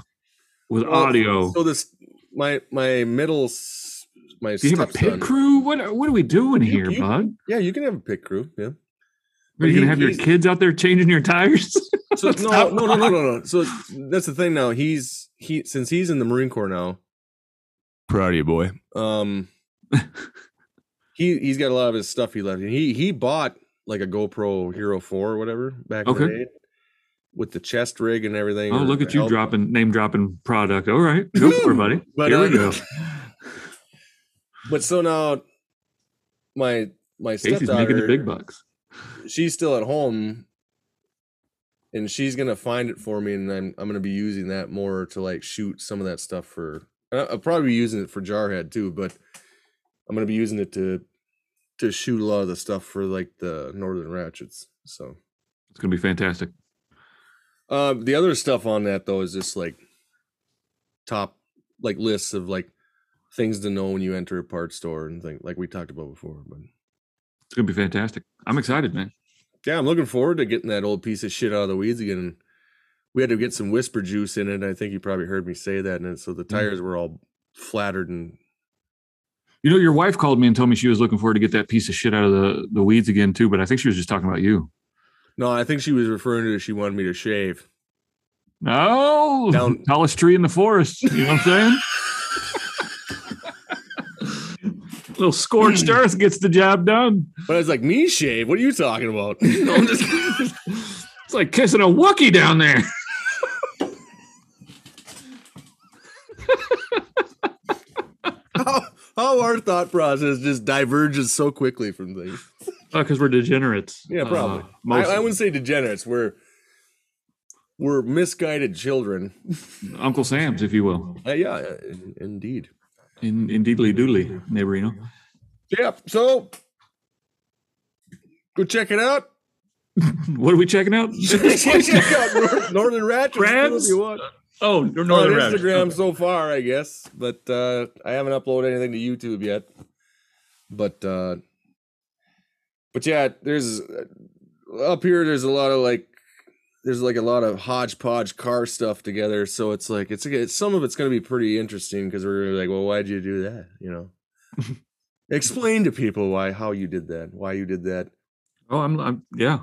[SPEAKER 3] with
[SPEAKER 2] Well,
[SPEAKER 3] audio.
[SPEAKER 2] So this, my my middle, s- my
[SPEAKER 3] Do you have a
[SPEAKER 2] stepson-
[SPEAKER 3] pit crew? What are- what are we doing
[SPEAKER 2] You-
[SPEAKER 3] here,
[SPEAKER 2] you-
[SPEAKER 3] bud?
[SPEAKER 2] Yeah, you can have a pit crew. Yeah.
[SPEAKER 3] Are you
[SPEAKER 2] he-
[SPEAKER 3] gonna have your
[SPEAKER 2] he's-
[SPEAKER 3] kids out there changing your tires?
[SPEAKER 2] So
[SPEAKER 3] That's
[SPEAKER 2] no,
[SPEAKER 3] not
[SPEAKER 2] no, no, no, no, no. So that's the thing. Now he's he since he's in the Marine Corps now. Proud of you, boy. Um, he he's got a lot of his stuff he left. He he bought like a GoPro Hero Four or whatever back in
[SPEAKER 3] Okay.
[SPEAKER 2] the day with the chest rig and everything. or
[SPEAKER 3] oh, look at you
[SPEAKER 2] help-
[SPEAKER 3] dropping name dropping product. All right. Go for it, buddy.
[SPEAKER 2] But,
[SPEAKER 3] here we
[SPEAKER 2] uh,
[SPEAKER 3] go.
[SPEAKER 2] But so now, my my
[SPEAKER 3] Casey's making the
[SPEAKER 2] stepdaughter,
[SPEAKER 3] big bucks.
[SPEAKER 2] she's still at home, and she's gonna find it for me, and I'm I'm gonna be using that more to like shoot some of that stuff for. I- I'll probably be using it for Jarhead too, but I'm gonna be using it to to shoot a lot of the stuff for like the Northern Ratchets. So
[SPEAKER 3] It's gonna be fantastic.
[SPEAKER 2] uh, the other stuff on that though is just like top like lists of like things to know when you enter a part store and things like we talked about before. But
[SPEAKER 3] It's gonna be fantastic. I'm excited, man.
[SPEAKER 2] yeah, I'm looking forward to getting that old piece of shit out of the weeds again. We had to get some whisper juice in it. I think you probably heard me say that, and so the tires were all flattered and
[SPEAKER 3] You know, your wife called me and told me she was looking forward to get that piece of shit out of the, the weeds again too, but I think she was just talking about you.
[SPEAKER 2] no, I think she was referring to she wanted me to shave.
[SPEAKER 3] No,
[SPEAKER 2] Down-
[SPEAKER 3] tallest tree in the forest. You know what I'm saying? Little scorched earth gets the job done.
[SPEAKER 2] But I was like, me shave? What are you talking about? No, I'm just kidding.
[SPEAKER 3] It's like kissing a Wookiee down there.
[SPEAKER 2] how, how our thought process just diverges so quickly from things.
[SPEAKER 3] Because Oh, we're degenerates.
[SPEAKER 2] Yeah, probably.
[SPEAKER 3] Uh,
[SPEAKER 2] I,
[SPEAKER 3] mostly.
[SPEAKER 2] I wouldn't say degenerates. We're we're misguided children.
[SPEAKER 3] Uncle Sam's, if you will.
[SPEAKER 2] Uh, yeah, uh, in- indeed.
[SPEAKER 3] In, in Deedly Doodly, neighborino.
[SPEAKER 2] Yeah. So go check it out.
[SPEAKER 3] What are we checking out?
[SPEAKER 2] check out Nor- Northern Ratchet
[SPEAKER 3] Crabs?
[SPEAKER 2] if you want.
[SPEAKER 3] oh, Northern
[SPEAKER 2] On
[SPEAKER 3] Rabbit.
[SPEAKER 2] Instagram so far, I guess, but uh, I haven't uploaded anything to YouTube yet. But uh, but yeah, there's uh, up here. There's a lot of like there's like a lot of hodgepodge car stuff together. So it's like it's, it's some of it's going to be pretty interesting because we're gonna be like, well, why'd you do that? You know, explain to people why how you did that, why you did that.
[SPEAKER 3] Oh, I'm, I'm yeah.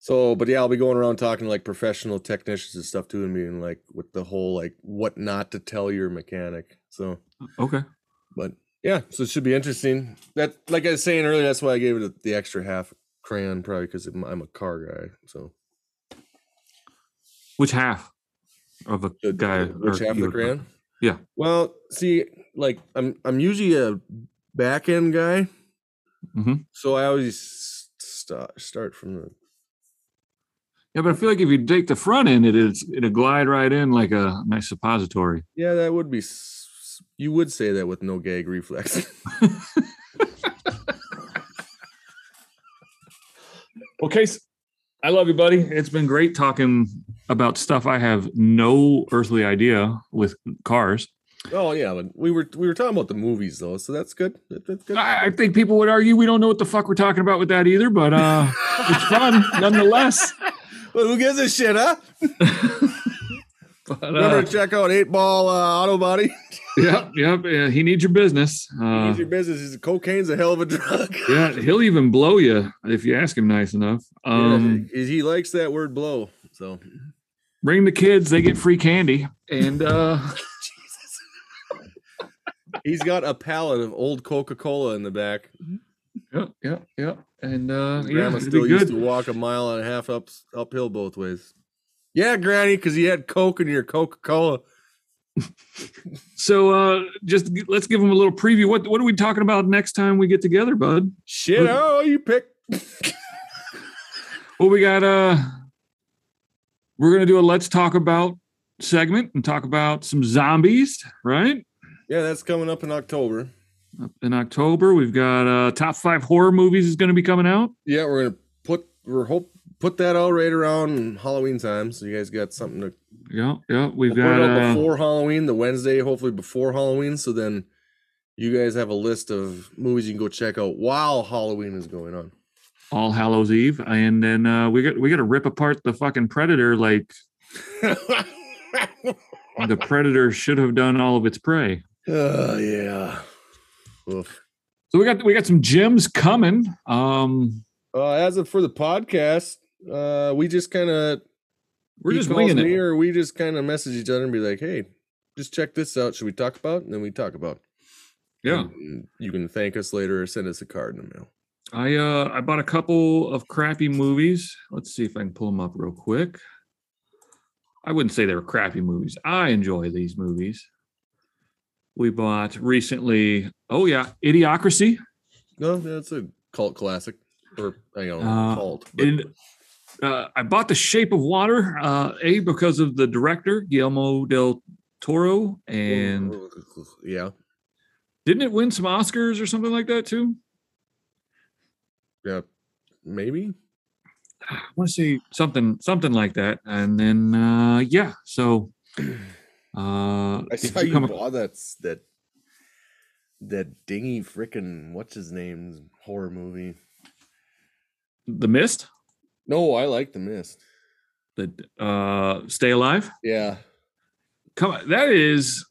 [SPEAKER 2] So, but yeah, I'll be going around talking to like professional technicians and stuff too, and being like with the whole like what not to tell your mechanic. So,
[SPEAKER 3] Okay.
[SPEAKER 2] yeah, so it should be interesting. That, like I was saying earlier, that's why I gave it the extra half crayon, probably because I'm I'm a car guy. So,
[SPEAKER 3] Which half of a
[SPEAKER 2] The-
[SPEAKER 3] guy?
[SPEAKER 2] the- which
[SPEAKER 3] or
[SPEAKER 2] half of
[SPEAKER 3] you
[SPEAKER 2] the
[SPEAKER 3] would-
[SPEAKER 2] crayon?
[SPEAKER 3] Yeah.
[SPEAKER 2] Well, see, like I'm I'm usually a back end guy,
[SPEAKER 3] Mhm.
[SPEAKER 2] so I always start start from the
[SPEAKER 3] Yeah, but I feel like if you take the front end, it is it'll glide right in like a nice suppository.
[SPEAKER 2] yeah. That would be s- s- you would say that with no gag reflex.
[SPEAKER 3] Well, Case, I love you, buddy. It's been great talking about stuff I have no earthly idea with cars.
[SPEAKER 2] Oh yeah, but we were we were talking about the movies though, so that's good. That- that's good.
[SPEAKER 3] I, I think people would argue we don't know what the fuck we're talking about with that either, but uh, it's fun nonetheless. Uh.
[SPEAKER 2] Well, who gives a shit, huh?
[SPEAKER 3] But,
[SPEAKER 2] Remember
[SPEAKER 3] uh,
[SPEAKER 2] to check out Eight Ball uh, Auto Body.
[SPEAKER 3] yep, yep. uh, he needs your business. Uh,
[SPEAKER 2] He's your business. He's cocaine's a hell of a drug.
[SPEAKER 3] yeah, he'll even blow you if you ask him nice enough. Um,
[SPEAKER 2] Yeah, he likes that word blow. So
[SPEAKER 3] Bring the kids; they get free candy. And uh,
[SPEAKER 2] he's got a pallet of old Coca Cola in the back.
[SPEAKER 3] yep, yep, yep. And uh,
[SPEAKER 2] His
[SPEAKER 3] yeah,
[SPEAKER 2] Grandma
[SPEAKER 3] it'd be
[SPEAKER 2] still used
[SPEAKER 3] good.
[SPEAKER 2] to walk a mile and a half up uphill both ways. Yeah, Granny, because he had Coke in your Coca Cola.
[SPEAKER 3] So uh, just g- let's give them a little preview. What what are we talking about next time we get together, bud?
[SPEAKER 2] Shit, oh, you pick.
[SPEAKER 3] Well, we got uh we're gonna do a let's talk about segment and talk about some zombies, right?
[SPEAKER 2] Yeah, that's coming up in October.
[SPEAKER 3] Up In October, we've got uh top five horror movies is gonna be coming out.
[SPEAKER 2] Yeah, we're gonna put we're hope put that out right around Halloween time. So you guys got something to
[SPEAKER 3] Yeah, yeah. We've
[SPEAKER 2] We'll put
[SPEAKER 3] got
[SPEAKER 2] it out
[SPEAKER 3] uh,
[SPEAKER 2] before Halloween, the Wednesday, hopefully before Halloween. So then you guys have a list of movies you can go check out while Halloween is going on.
[SPEAKER 3] All Hallows Eve, and then uh we got we gotta rip apart the fucking Predator like the Predator should have done all of its prey.
[SPEAKER 2] oh yeah. Oof.
[SPEAKER 3] So we got we got some gems coming. Um
[SPEAKER 2] Uh, as of for the podcast, uh, we just kind of
[SPEAKER 3] we're just winging it.
[SPEAKER 2] or we just kind of message each other and be like, hey, just check this out. Should we talk about? it?" And then we talk about. it.
[SPEAKER 3] Yeah.
[SPEAKER 2] And you can thank us later or send us a card in the mail.
[SPEAKER 3] I uh I bought a couple of crappy movies. Let's see if I can pull them up real quick. I wouldn't say they were crappy movies. I enjoy these movies. We bought recently. Oh yeah, Idiocracy.
[SPEAKER 2] No, that's a cult classic, or I don't know,
[SPEAKER 3] Uh,
[SPEAKER 2] cult. but-
[SPEAKER 3] And uh, I bought The Shape of Water. Uh, a because of the director Guillermo del Toro, and
[SPEAKER 2] yeah,
[SPEAKER 3] didn't it win some Oscars or something like that too?
[SPEAKER 2] yeah, maybe.
[SPEAKER 3] Ah, I want to say something something like that. And then uh, yeah, so. Uh,
[SPEAKER 2] I
[SPEAKER 3] if
[SPEAKER 2] saw
[SPEAKER 3] you
[SPEAKER 2] you
[SPEAKER 3] come-
[SPEAKER 2] bought that s- that that dingy frickin' what's his name's horror movie.
[SPEAKER 3] The Mist,
[SPEAKER 2] No, I like The Mist.
[SPEAKER 3] the uh, Stay Alive.
[SPEAKER 2] Yeah,
[SPEAKER 3] Come on, that is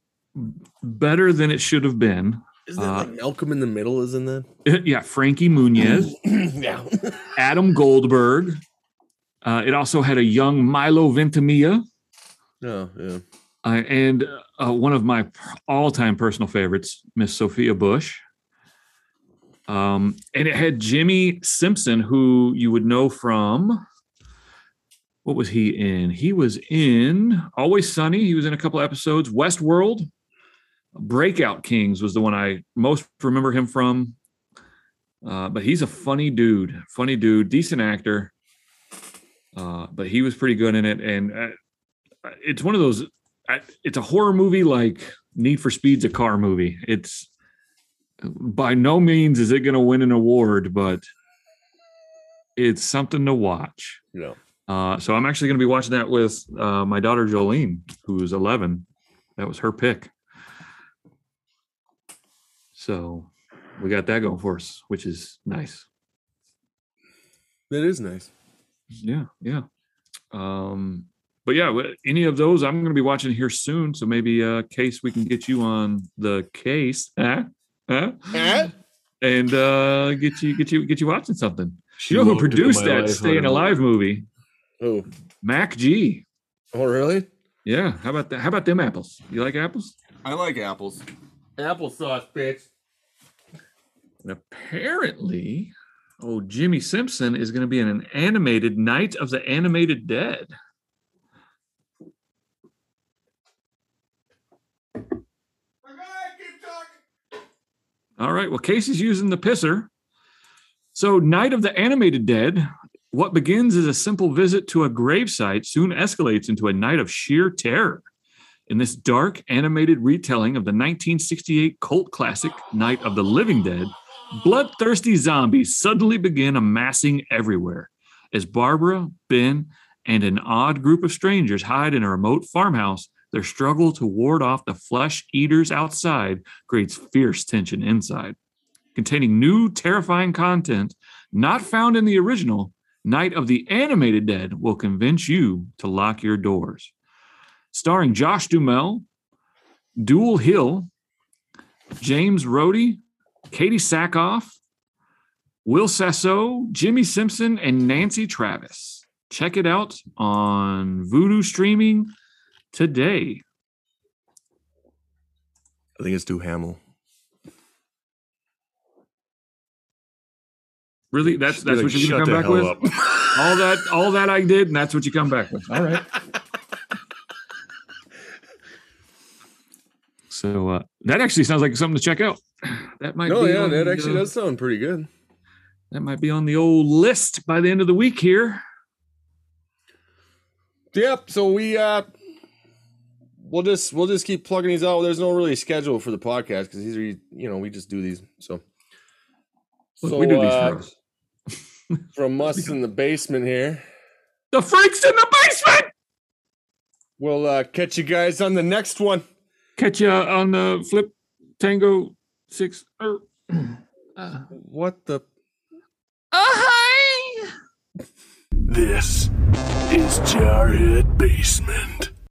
[SPEAKER 3] better than it should have been.
[SPEAKER 2] isn't that
[SPEAKER 3] Uh,
[SPEAKER 2] like Malcolm in the Middle? Isn't that?
[SPEAKER 3] yeah, Frankie Muniz,
[SPEAKER 2] yeah.
[SPEAKER 3] Adam Goldberg. Uh, it also had a young Milo Ventimiglia,
[SPEAKER 2] No, yeah.
[SPEAKER 3] uh, and uh, one of my all-time personal favorites, Miss Sophia Bush. Um, and it had Jimmy Simpson, who you would know from. What was he in? He was in Always Sunny. He was in a couple episodes. Westworld, Breakout Kings was the one I most remember him from. Uh, but he's a funny dude, funny dude, decent actor. Uh, but he was pretty good in it, and uh, it's one of those. I, it's a horror movie like Need for Speed's a car movie. It's by no means is it going to win an award, but it's something to watch.
[SPEAKER 2] No.
[SPEAKER 3] Uh, so I'm actually going to be watching that with uh, my daughter Jolene, who's 11. That was her pick. So we got that going for us, which is nice.
[SPEAKER 2] That is nice.
[SPEAKER 3] Yeah, yeah. Um, but yeah, wh- any of those I'm going to be watching here soon. So maybe uh, case we can get you on the case, huh? Huh?
[SPEAKER 2] Huh?
[SPEAKER 3] and uh, get you get you get you watching something.
[SPEAKER 1] She
[SPEAKER 3] You know who
[SPEAKER 1] loved it in
[SPEAKER 3] produced
[SPEAKER 1] my
[SPEAKER 3] that
[SPEAKER 1] life,
[SPEAKER 3] Staying
[SPEAKER 1] honey.
[SPEAKER 3] Alive movie?
[SPEAKER 2] Oh,
[SPEAKER 3] Mac G.
[SPEAKER 2] oh, really?
[SPEAKER 3] Yeah. How about that? How about them apples? You like apples?
[SPEAKER 2] I like apples. Applesauce, bitch.
[SPEAKER 3] And apparently, oh, Jimmy Simpson is going to be in an animated Night of the Animated Dead. All right. Well, Casey's using the pisser. So, Night of the Animated Dead, what begins as a simple visit to a gravesite soon escalates into a night of sheer terror in this dark animated retelling of the 1968 cult classic Night of the Living Dead. Bloodthirsty zombies suddenly begin amassing everywhere as Barbara, Ben, and an odd group of strangers hide in a remote farmhouse. Their struggle to ward off the flesh eaters outside creates fierce tension inside. Containing new terrifying content not found in the original, Night of the Animated Dead will convince you to lock your doors. starring Josh Dumel, Dual Hill, James Rohde, Katie Sackhoff, Will Sasso, Jimmy Simpson, and Nancy Travis. Check it out on Voodoo streaming today.
[SPEAKER 2] I think it's Doohamel. Hamill.
[SPEAKER 3] Really, that's
[SPEAKER 2] Be
[SPEAKER 3] that's
[SPEAKER 2] like,
[SPEAKER 3] what you're gonna
[SPEAKER 2] "Shut
[SPEAKER 3] come back with.
[SPEAKER 2] the hell up."
[SPEAKER 3] All that, all that I did, and that's what you come back with. All right. so uh, that actually sounds like something to check out. That might.
[SPEAKER 2] No,
[SPEAKER 3] be
[SPEAKER 2] yeah,
[SPEAKER 3] on
[SPEAKER 2] that
[SPEAKER 3] the,
[SPEAKER 2] actually
[SPEAKER 3] uh,
[SPEAKER 2] does sound pretty good.
[SPEAKER 3] That might be on the old list by the end of the week here.
[SPEAKER 2] Yep. So we uh, we'll just we'll just keep plugging these out. There's no really schedule for the podcast because these are you know we just do these. So,
[SPEAKER 3] Look, we do these
[SPEAKER 2] uh,
[SPEAKER 3] for us.
[SPEAKER 2] from us in the basement here.
[SPEAKER 3] The freaks in the basement.
[SPEAKER 2] We'll uh, catch you guys on the next one.
[SPEAKER 3] Catch you on the flip tango six. er, uh,
[SPEAKER 2] What the.
[SPEAKER 1] This is Jarhead Basement.